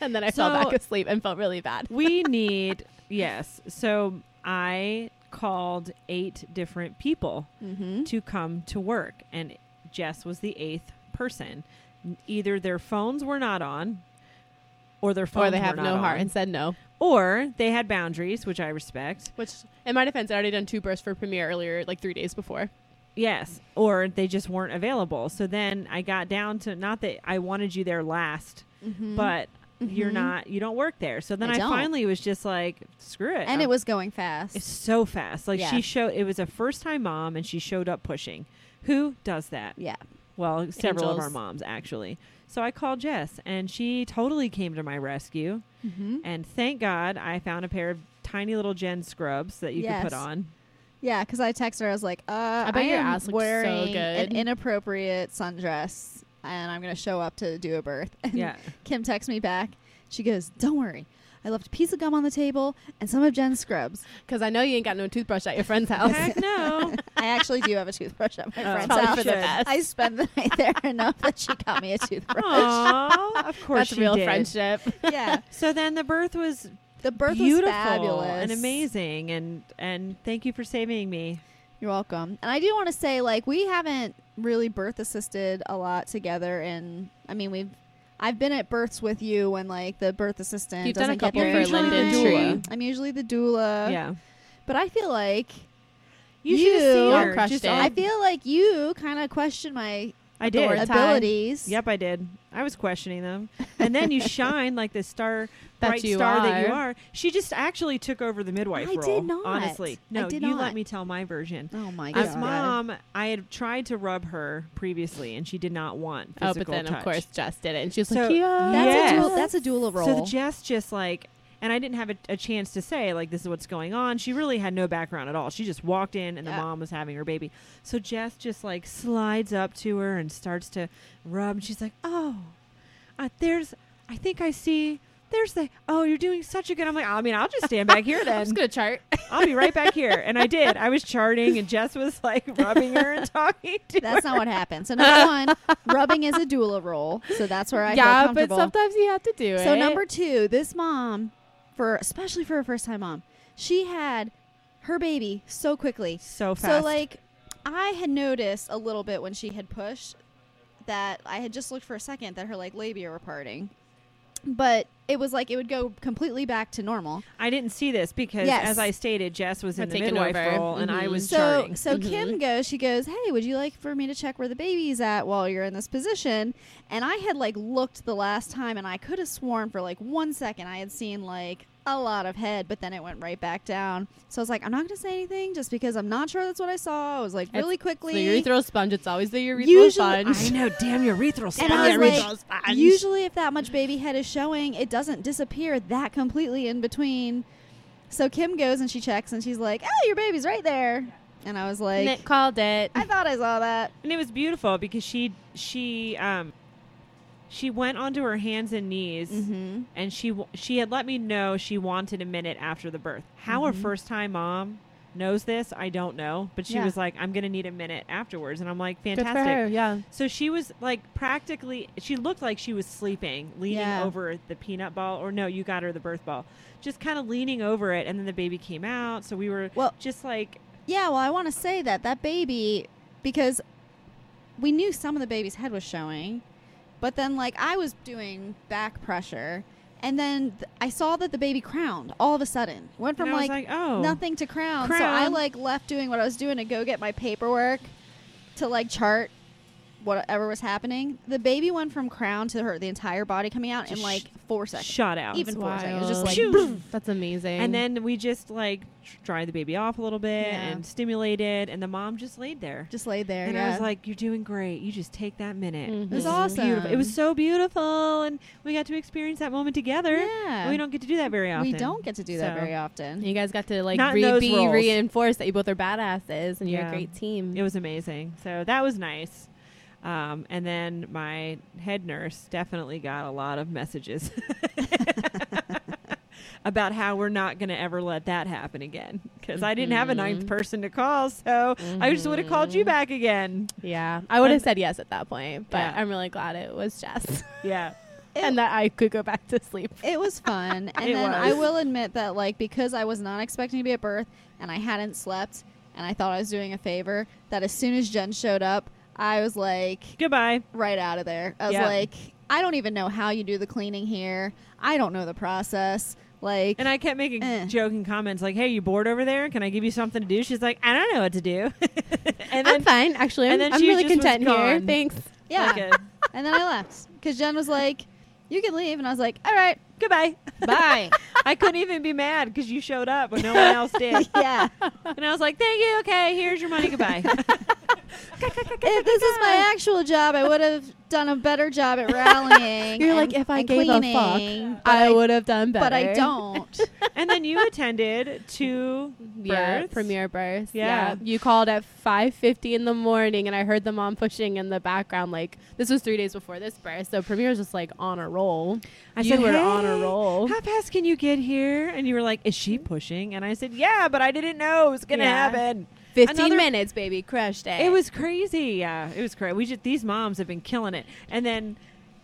and then I fell So- back asleep and felt really bad. we need yes. So I called eight different people Mm-hmm. to come to work, and Jess was the eighth person. Either their phones were not on, or their phones Or they were have not no heart on. and said no. or they had boundaries, which I respect. Which, in my defense, I already done two bursts for premiere earlier, like three days before. Yes, or they just weren't available. So then I got down to not that I wanted you there last, but you're Mhm. not you don't work there. So then I I, don't. finally was just like, screw it. and it was going fast. uh, it's so fast. Like Yeah. she showed it was a first time mom and she showed up pushing. Who does that? yeah. Well, several of our Angels. moms actually. So I called Jess and she totally came to my rescue. Mm-hmm. And thank God I found a pair of tiny little Jen scrubs that you could Yes. put on. Yeah, because I texted her. I was like, uh, I bet your am ass looks so wearing an good." inappropriate sundress, and I'm gonna show up to do a birth." And Yeah. Kim texts me back. She goes, "Don't worry, I left a piece of gum on the table and some of Jen's scrubs. Because I know you ain't got no toothbrush at your friend's Oh, house. Heck no. I actually do have a toothbrush at my Oh. friend's Probably house. for the should. best. I spent the night there enough that she got me a toothbrush. Aww, of course That's she real did. friendship. Oh, yeah, So then the birth was the birth beautiful was fabulous and amazing, and and thank you for saving me. You're welcome. And I do want to say, like, we haven't really birth assisted a lot together. And I mean, we've, I've been at births with you when like the birth assistant. You've done a doesn't get couple there for in time. Linden Tree. I'm usually the doula. yeah, But I feel like you should have seen you- her. crushed Just it. all- I feel like you kind of question my I did. Adored. Or time. abilities. Yep, I did. I was questioning them, and then you shine like the star, That bright you star that you are. are. She just actually took over the midwife I did role. not. Honestly, I no. did you not. let me tell my version. Oh my god. As mom, I had tried to rub her previously, and she did not want Oh, physical but then, touch. of course, Jess did it. And she was So- like, yeah. That's Yes. a doula, that's a doula role. So the Jess just like, and I didn't have a, a chance to say like this is what's going on. She really had no background at all. She just walked in, and Yeah. the mom was having her baby. So Jess just like slides up to her and starts to rub. She's like, "Oh, uh, there's. I think I see. There's the. Oh, you're doing such a good. I'm like, I mean, I'll just stand back here I'm then. just going to chart. I'll be right back here. And I did. I was charting, and Jess was like rubbing her and talking to her. that's not what happened. So number one, rubbing is a doula role. So that's where I feel yeah, but comfortable. sometimes you have to do it. So number two, this mom, for especially for a first time mom, she had her baby so quickly. so fast. So like, I had noticed a little bit when she had pushed that I had just looked for a second that her like labia were parting, but it was like it would go completely back to normal. I didn't see this because, Yes. as I stated, Jess was Had in the taken midwife over. role, and I Mhm. was Mm-hmm. So charting. so Mhm. Kim goes, she goes, Hey, would you like for me to check where the baby's at while you're in this position? And I had like looked the last time and I could have sworn for like one second I had seen like a lot of head, but then it went right back down. So I was like, I'm not going to say anything just because I'm not sure that's what I saw. I was like, It's- really The quickly. urethral sponge. It's always the urethral Usually- sponge. I know. Damn urethral sponge. And I was like, urethral sponge. Usually, if that much baby head is showing, it doesn't disappear that completely in between. So Kim goes and she checks and she's like, oh, your baby's right there. And I was like, Nick called it. I thought I saw that. and it was beautiful because she she um she went onto her hands and knees Mm-hmm. and she w- she had let me know she wanted a minute after the birth. How a first time mom knows this, I don't know, but she Yeah. was like, "I'm gonna need a minute afterwards," and I'm like, "Fantastic." Yeah. So she was like practically, she looked like she was sleeping, leaning Yeah. over the peanut ball, or no, you got her the birth ball, just kind of leaning over it, and then the baby came out. So we were Well- just like, Yeah, well, I want to say that that baby, because we knew some of the baby's head was showing, but then like I was doing back pressure, and then th- I saw that the baby crowned all of a sudden. Went and from I was like, like, oh, nothing to crown, so I Crown. like left doing what I was doing to go get my paperwork to like chart whatever was happening. The baby went from crown to her the entire body coming out in Just like four seconds, shot out. even four seconds, just wild. like Phew. boom. That's amazing. and then we just like tr- dried the baby off a little bit Yeah. and stimulated, and the mom just laid there. just laid there. and yeah. Mm-hmm. I was like, "You're doing great. You just take that minute. Mhm. it was Mhm. awesome. Beautiful. It was so beautiful, and we got to experience that moment together. Yeah. We don't get to do that very often. We don't get to do that So- very often. you guys got to like Not in re- those be roles. reinforced that you both are badasses and you're Yeah. a great team. It was amazing. So that was nice. Um, and then my head nurse definitely got a lot of messages about how we're not going to ever let that happen again because I didn't have a ninth Mhm. person to call, so I just would have called you Mhm. back again. Yeah, I would have And- said yes at that point, but Yeah. I'm really glad it was Jess Yeah, and that I could go back to sleep. It was fun. And It then was. I will admit that, like, because I was not expecting to be at birth and I hadn't slept and I thought I was doing a favor, that as soon as Jen showed up, I was like, goodbye. right out of there. I was Yeah. like, I don't even know how you do the cleaning here. I don't know the process. Like, And I kept making Eh. joking comments like, "Hey, you bored over there? Can I give you something to do?" She's like, "I don't know what to do." and I'm fine, actually. and I'm, then I'm she really just was content here. gone. Thanks. yeah. like a, and then I left because Jen was like, "You can leave," and I was like, "All right, goodbye. bye." I couldn't even be mad because you showed up when no one else did. yeah. And I was like, thank you. Okay, here's your money. Goodbye. If this is my actual job, I would have done a better job at rallying. You're and- like, if I and gave cleaning, a fuck, but I would have done better. but I don't. and then you attended two Yeah, births. premiere birth. Yeah. you called at 5:50 in the morning, and I heard the mom pushing in the background. Like this was three days before this birth, so premiere was just like on a roll. I you said, were "Hey, on a roll. How fast can you get here? And you were like, is she pushing? And I said, yeah, but I didn't know it was going to Yeah. Eh. happen. 15 Another- minutes, baby, crushed it. It was crazy. Yeah, it was crazy. We just, these moms have been killing it. And then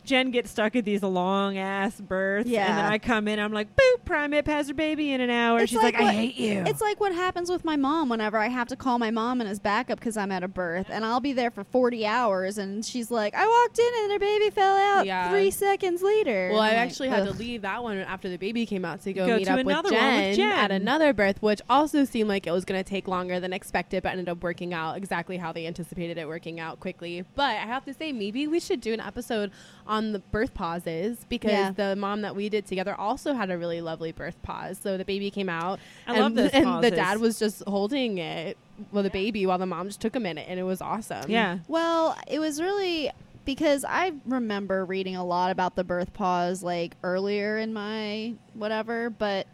Jen gets stuck at these long ass births. And Yeah. then I come in, I'm like, boop, primate has her baby in an hour. It's She's like, like I what- hate you. It's like what happens with my mom whenever I have to call my mom and his backup because I'm at a birth, and I'll be there for 40 hours, and she's like, "I walked in and her baby fell out Yeah. three seconds later." Well, I I'm like, actually had to "Ugh." leave that one after the baby came out to go, Go meet to up with another one Jen, with at Jen. another birth, which also seemed like it was going to take longer than expected, but ended up working out exactly how they anticipated it working out quickly. But I have to say, maybe we should do an episode on the birth pauses because Yeah. the mom that we did together also had a really lovely birth pause. So the baby came out, I and, love those and pauses. the dad was just holding it, well, the baby, while the mom just took a minute, and it was awesome. yeah. Well, it was really because I remember reading a lot about the birth pause like earlier in my whatever, but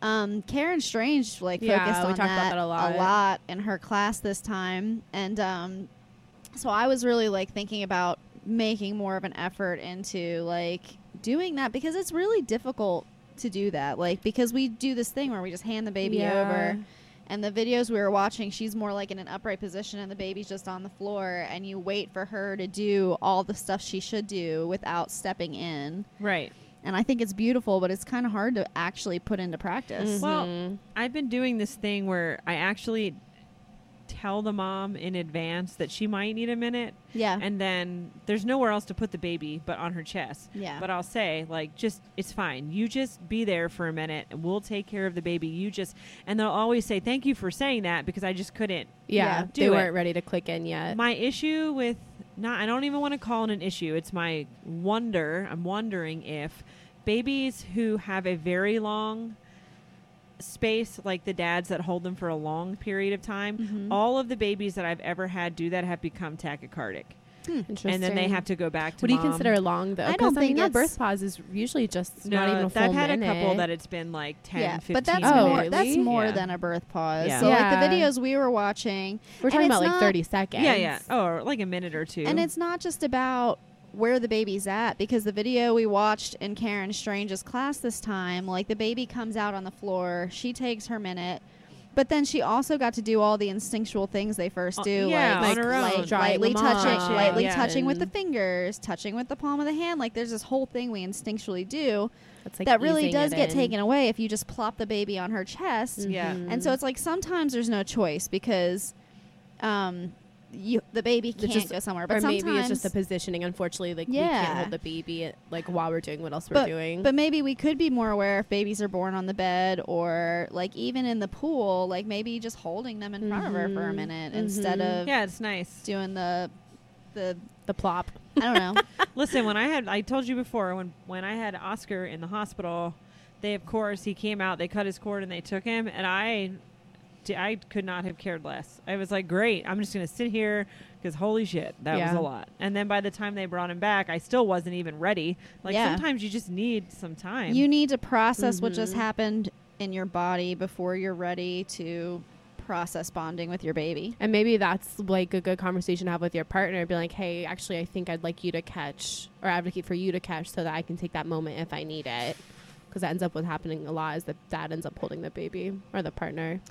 um, Karen Strange like Yeah, focused we on talked about that a lot. a lot in her class this time, and um, so I was really like thinking about making more of an effort into like doing that because it's really difficult to do that like because we do this thing where we just hand the baby Yeah. over and the videos we were watching, she's more like in an upright position and the baby's just on the floor and you wait for her to do all the stuff she should do without stepping in. Right. And I think it's beautiful, but it's kind of hard to actually put into practice. Well, Mhm. I've been doing this thing where I actually tell the mom in advance that she might need a minute Yeah. and then there's nowhere else to put the baby but on her chest. yeah. But I'll say like just it's fine. You just be there for a minute and we'll take care of the baby. You just and they'll always say thank you for saying that because I just couldn't. yeah, yeah, they do it. weren't ready to click in yet. My issue with not I don't even want to call it an issue. It's my wonder. I'm wondering if babies who have a very long space, like the dads that hold them for a long period of time, Mm-hmm. Mhm. all of the babies that I've ever had do that have become tachycardic, Interesting. and then they have to go back to. What do you mom. consider long though? I 'Cause, don't think mean, that it's- birth pause is usually just No, not even a full I've had minute. a couple that it's been like 10, yeah, 15 but that's minutes. more, that's Really? more Yeah. than a birth pause. Yeah. So like Yeah. the videos we were watching, We're and talking it's about not- like thirty seconds. Yeah, yeah. Oh, or like a minute or two. and it's not just about where the baby's at because the video we watched in Karen Strange's class this time, like the baby comes out on the floor, she takes her minute. But then she also got to do all the instinctual things they first Uh, do, yeah, like, on her light- own. Drying lightly them touching, off, lightly yeah. touching with the and- fingers, touching with the palm of the hand. Like there's this whole thing we instinctually do It's like that really easing does it get in. taken away if you just plop the baby on her chest. Yeah. Mhm. And so it's like sometimes there's no choice because um, you, the baby They're can't just- go somewhere. But or sometimes, maybe it's just the positioning. Unfortunately, like we Yeah. can't hold the baby like while we're doing what else we're but, doing. but maybe we could be more aware if babies are born on the bed or like even in the pool, like maybe just holding them in front of her for a Mhm. minute instead Mhm. of yeah, it's nice. doing the the the plop. I don't know. Listen, when I had, I told you before, when when I had Oscar in the hospital, they of course he came out, they cut his cord, and they took him, and I, d- I could not have cared less. I was like, great, I'm just gonna sit here because holy shit, that was Yeah. a lot. And then by the time they brought him back, I still wasn't even ready. Like Yeah. sometimes you just need some time. you need to process what just Mhm. happened in your body before you're ready to process bonding with your baby. And maybe that's like a good conversation to have with your partner. Be like, hey, actually, I think I'd like you to catch or advocate for you to catch so that I can take that moment if I need it. Because that ends up what's happening a lot is that dad ends up holding the baby or the partner.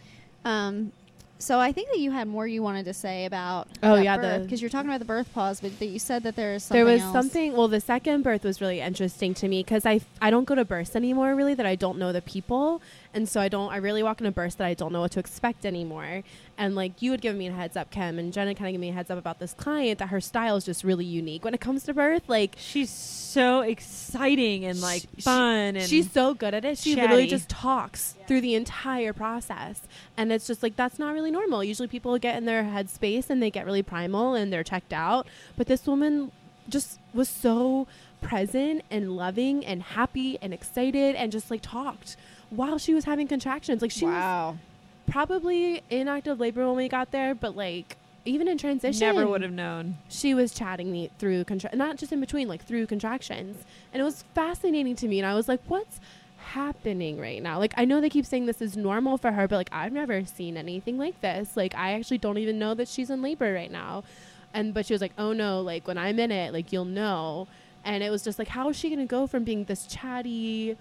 Um, so I think that you had more you wanted to say about Oh, yeah, the- because you're talking about the birth pause, but that you said that there is something there was else. something. Well, the second birth was really interesting to me because I I don't go to births anymore really that I don't know the people, and so I don't I really walk into births that I don't know what to expect anymore. And like you had given me a heads up, Kim, and Jenna kind of gave me a heads up about this client that her style is just really unique when it comes to birth. Like She's so exciting and like She- fun, and She's so good at it. She literally chatty. just talks through the entire process. And it's just like, that's not really normal. Usually people get in their headspace and they get really primal and they're checked out. But this woman just was so present and loving and happy and excited and just like talked while she was having contractions. Like she was wow. probably in active labor when we got there, but like even in transition, never would have known. she was chatting me through contra- not just in between like through contractions and it was fascinating to me and i was like what's happening right now like i know they keep saying this is normal for her but like i've never seen anything like this like i actually don't even know that she's in labor right now and but she was like oh no like when i'm in it like you'll know and it was just like how is she going to go from being this chatty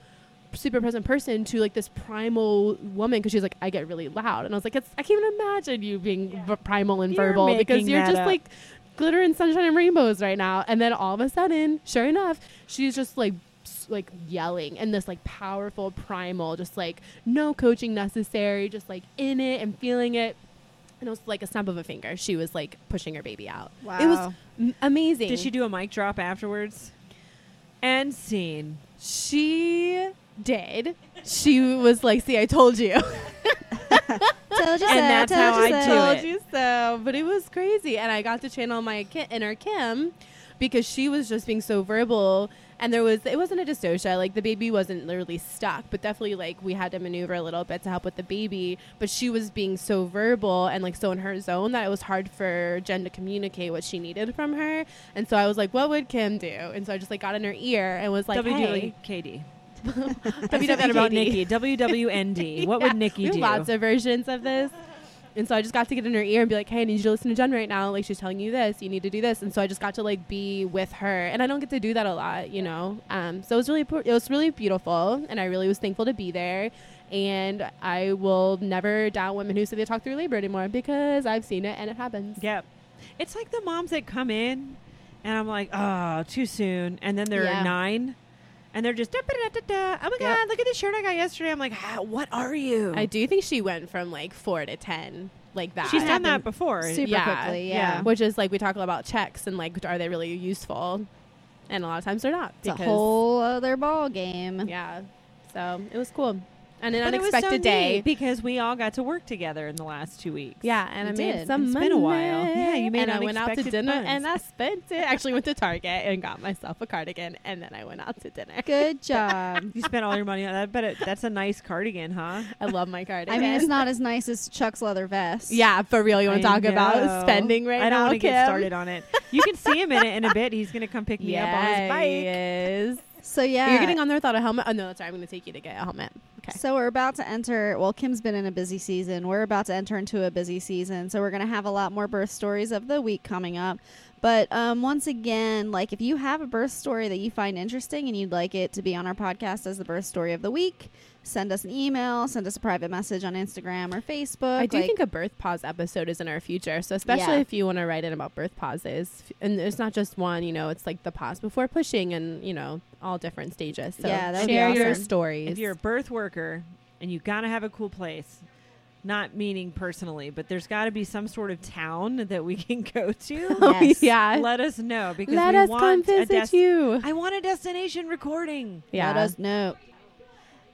super present person to like this primal woman because she was like i get really loud and i was like it's, i can't even imagine you being v- primal and You're verbal because making you're that just up. like glitter and sunshine and rainbows right now and then all of a sudden sure enough she's just like s- like yelling and this like powerful primal just like no coaching necessary just like in it and feeling it and it was like a snap of a finger she was like pushing her baby out it was Wow. m- amazing Did she do a mic drop afterwards? And scene. she did she was like see i told you Told you so, And that's told how you I so. do it. told you so. But it was crazy, and I got to channel my ki- inner Kim because she was just being so verbal. And there was it wasn't a dystocia like the baby wasn't literally stuck, but definitely like we had to maneuver a little bit to help with the baby. But she was being so verbal and like so in her zone that it was hard for Jen to communicate what she needed from her. And so I was like, what would Kim do? And so I just like got in her ear and was like, E E hey, WWKD. I said that WWKD. about Nikki. WWND. What Yeah. would Nikki we have do? Lots of versions of this. And so I just got to get in her ear and be like, "Hey, I need you to listen to Jen right now. Like she's telling you this, you need to do this." And so I just got to like be with her, and I don't get to do that a lot, you know. Um, so it was really, pu- it was really beautiful, and I really was thankful to be there. And I will never doubt women who say they talk through labor anymore because I've seen it and it happens. Yep. It's like the moms that come in and I'm like, oh, too soon. And then they're Yeah. nine and they're just, da, ba, da, da, da. oh my Yep. God, look at this shirt I got yesterday. I'm like, "Ah, what are you? I do think she went from like four to ten, like that. She's done that happened before. super quickly, yeah. Which is like we talk about checks and like are they really useful? And a lot of times they're not. It's a whole other ball game. yeah. So it was cool. and an But it was so unexpected day. neat because we all got to work together in the last two weeks. Yeah, and I We made did. some It's money. been a while. Yeah, you made And I went out to unexpected dinner funds. and I spent it. Actually, went to Target and got myself a cardigan, and then I went out to dinner. Good job. You spent all your money on that, but it, that's a nice cardigan, huh? I love my I cardigan. mean, it's not as nice as Chuck's leather vest. Yeah, for real. You want I to talk know. about spending right I don't now? wanna get Kim? started on it. You can see him in it in a bit. He's gonna come pick me up on his Yeah, bike. he is. So yeah, You're getting on there without a helmet. Oh no, that's right. I'm going to take you to get a helmet. Okay. So we're about to enter. Well, Kim's been in a busy season. We're about to enter into a busy season. So we're going to have a lot more birth stories of the week coming up. But um, once again, like if you have a birth story that you find interesting and you'd like it to be on our podcast as the birth story of the week, send us an email, send us a private message on Instagram or Facebook. I do like- think a birth pause episode is in our future. So especially Yeah. if you want to write in about birth pauses, F- and it's not just one. You know, it's like the pause before pushing, and you know, all different stages. So Yeah, that would be share your awesome. stories. If you're a birth worker and you gotta have a cool place, not meaning personally, but there's gotta be some sort of town that we can go to. Yes. yeah, Let us know because Let we us want come a visit des- you. I want a destination recording. Yeah. Let us know.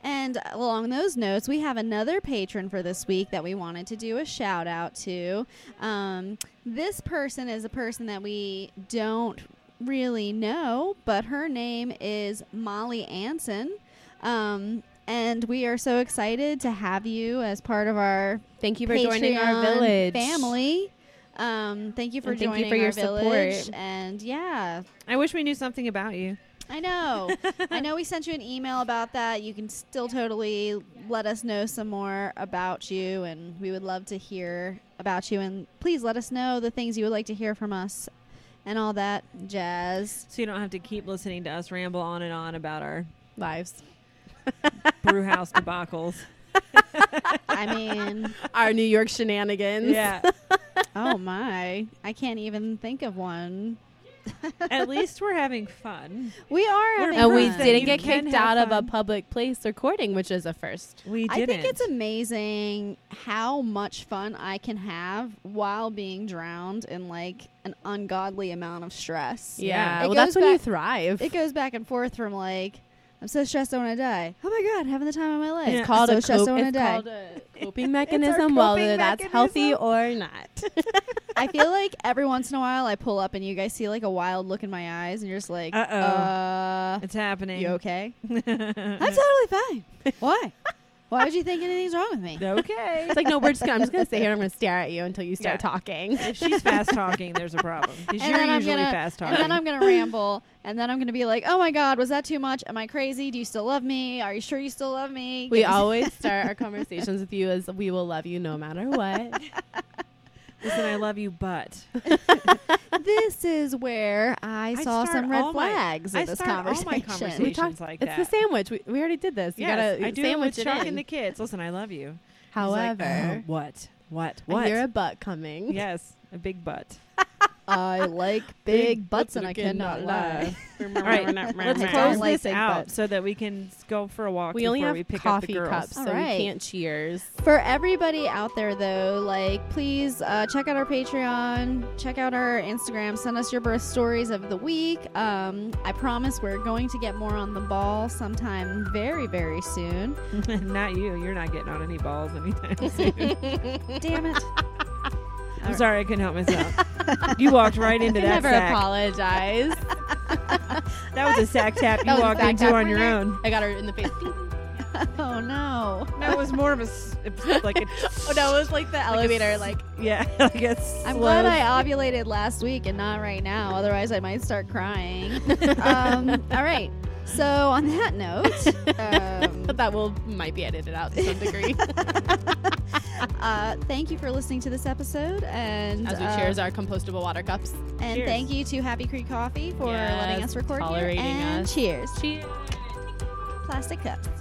And uh, along those notes, we have another patron for this week that we wanted to do a shout out to. Um, this person is a person that we don't really know, but her name is Molly Anson. Um, and we are so excited to have you as part of our Thank you for joining our Patreon village. family. Um, thank you for And thank you joining for your our village. support. And yeah, I wish we knew something about you. I know. I know we sent you an email about that. You can still totally let us know some more about you, and we would love to hear about you. And please let us know the things you would like to hear from us and all that jazz. So you don't have to keep listening to us ramble on and on about our lives. brew house debacles. I mean, Our New York shenanigans. Yeah. oh my. I can't even think of one. At least we're having fun. We are. We're having And we Right. fun. didn't You get can kicked have out of a fun. public place recording, which is a first. We I didn't. think it's amazing how much fun I can have while being drowned in like an ungodly amount of stress. Yeah. Yeah. It Well, that's goes when you back- thrive. it goes back and forth from like I'm so stressed I want to die. Oh my god, having the time of my life. It's I'm called so a stressed cope- I want to it's die. called a coping mechanism, whether coping that's healthy or not. I feel like every once in a while I pull up and you guys see like a wild look in my eyes and you're just like, Uh-oh. uh It's happening. you okay? I'm okay. totally fine. Why? Why would you think anything's wrong with me? It's like no, we're just gonna, I'm just gonna stay here. and I'm gonna stare at you until you start Yeah. talking. if she's fast talking, there's a problem. Because And you're then I'm usually gonna- fast And talking. then I'm gonna ramble, and then I'm gonna be like, "Oh my God, was that too much? Am I crazy? Do you still love me? Are you sure you still love me?" We always start our conversations with you as we will love you no matter what. Listen, I love you, but this is where I, I saw start some red all my- flags I in this start all my conversation. conversations. Patients like it's that. the sandwich. We, we already did this. You yes, gotta I do it sandwich with Chuck in. and the kids. Listen, I love you. He's like, However, "Oh, what? What? I What? hear a butt coming. yes, a big butt. I like big butts and I cannot lie. All right, let's I close don't like this big out butts. so that we can s- go for a walk We only before have we pick up the coffee girls. cups, All so right. we can't cheers. For everybody out there, though, like please uh, check out our Patreon, check out our Instagram, send us your birth stories of the week. Um, I promise we're going to get more on the ball sometime very, very soon. not you. You're not getting on any balls anytime soon. Damn it! I'm sorry, I couldn't help myself. you walked right into that Never sack. apologize. That was a sack tap you was a walked sack into tap. on your own. I got her in the face. Oh no! No, it was more of a s- it was like a Oh no, it was like the elevator. Like yeah. I guess I'm glad I ovulated last week and not right now. Otherwise, I might start crying. um, all right. So on that note, um, but that will might be edited out to some degree uh, thank you for listening to this episode, and as we uh, cheers our compostable water cups. and Cheers. thank you to Happy Creek Coffee for letting Yes, us record here. tolerating And us. cheers, Cheers. plastic cups.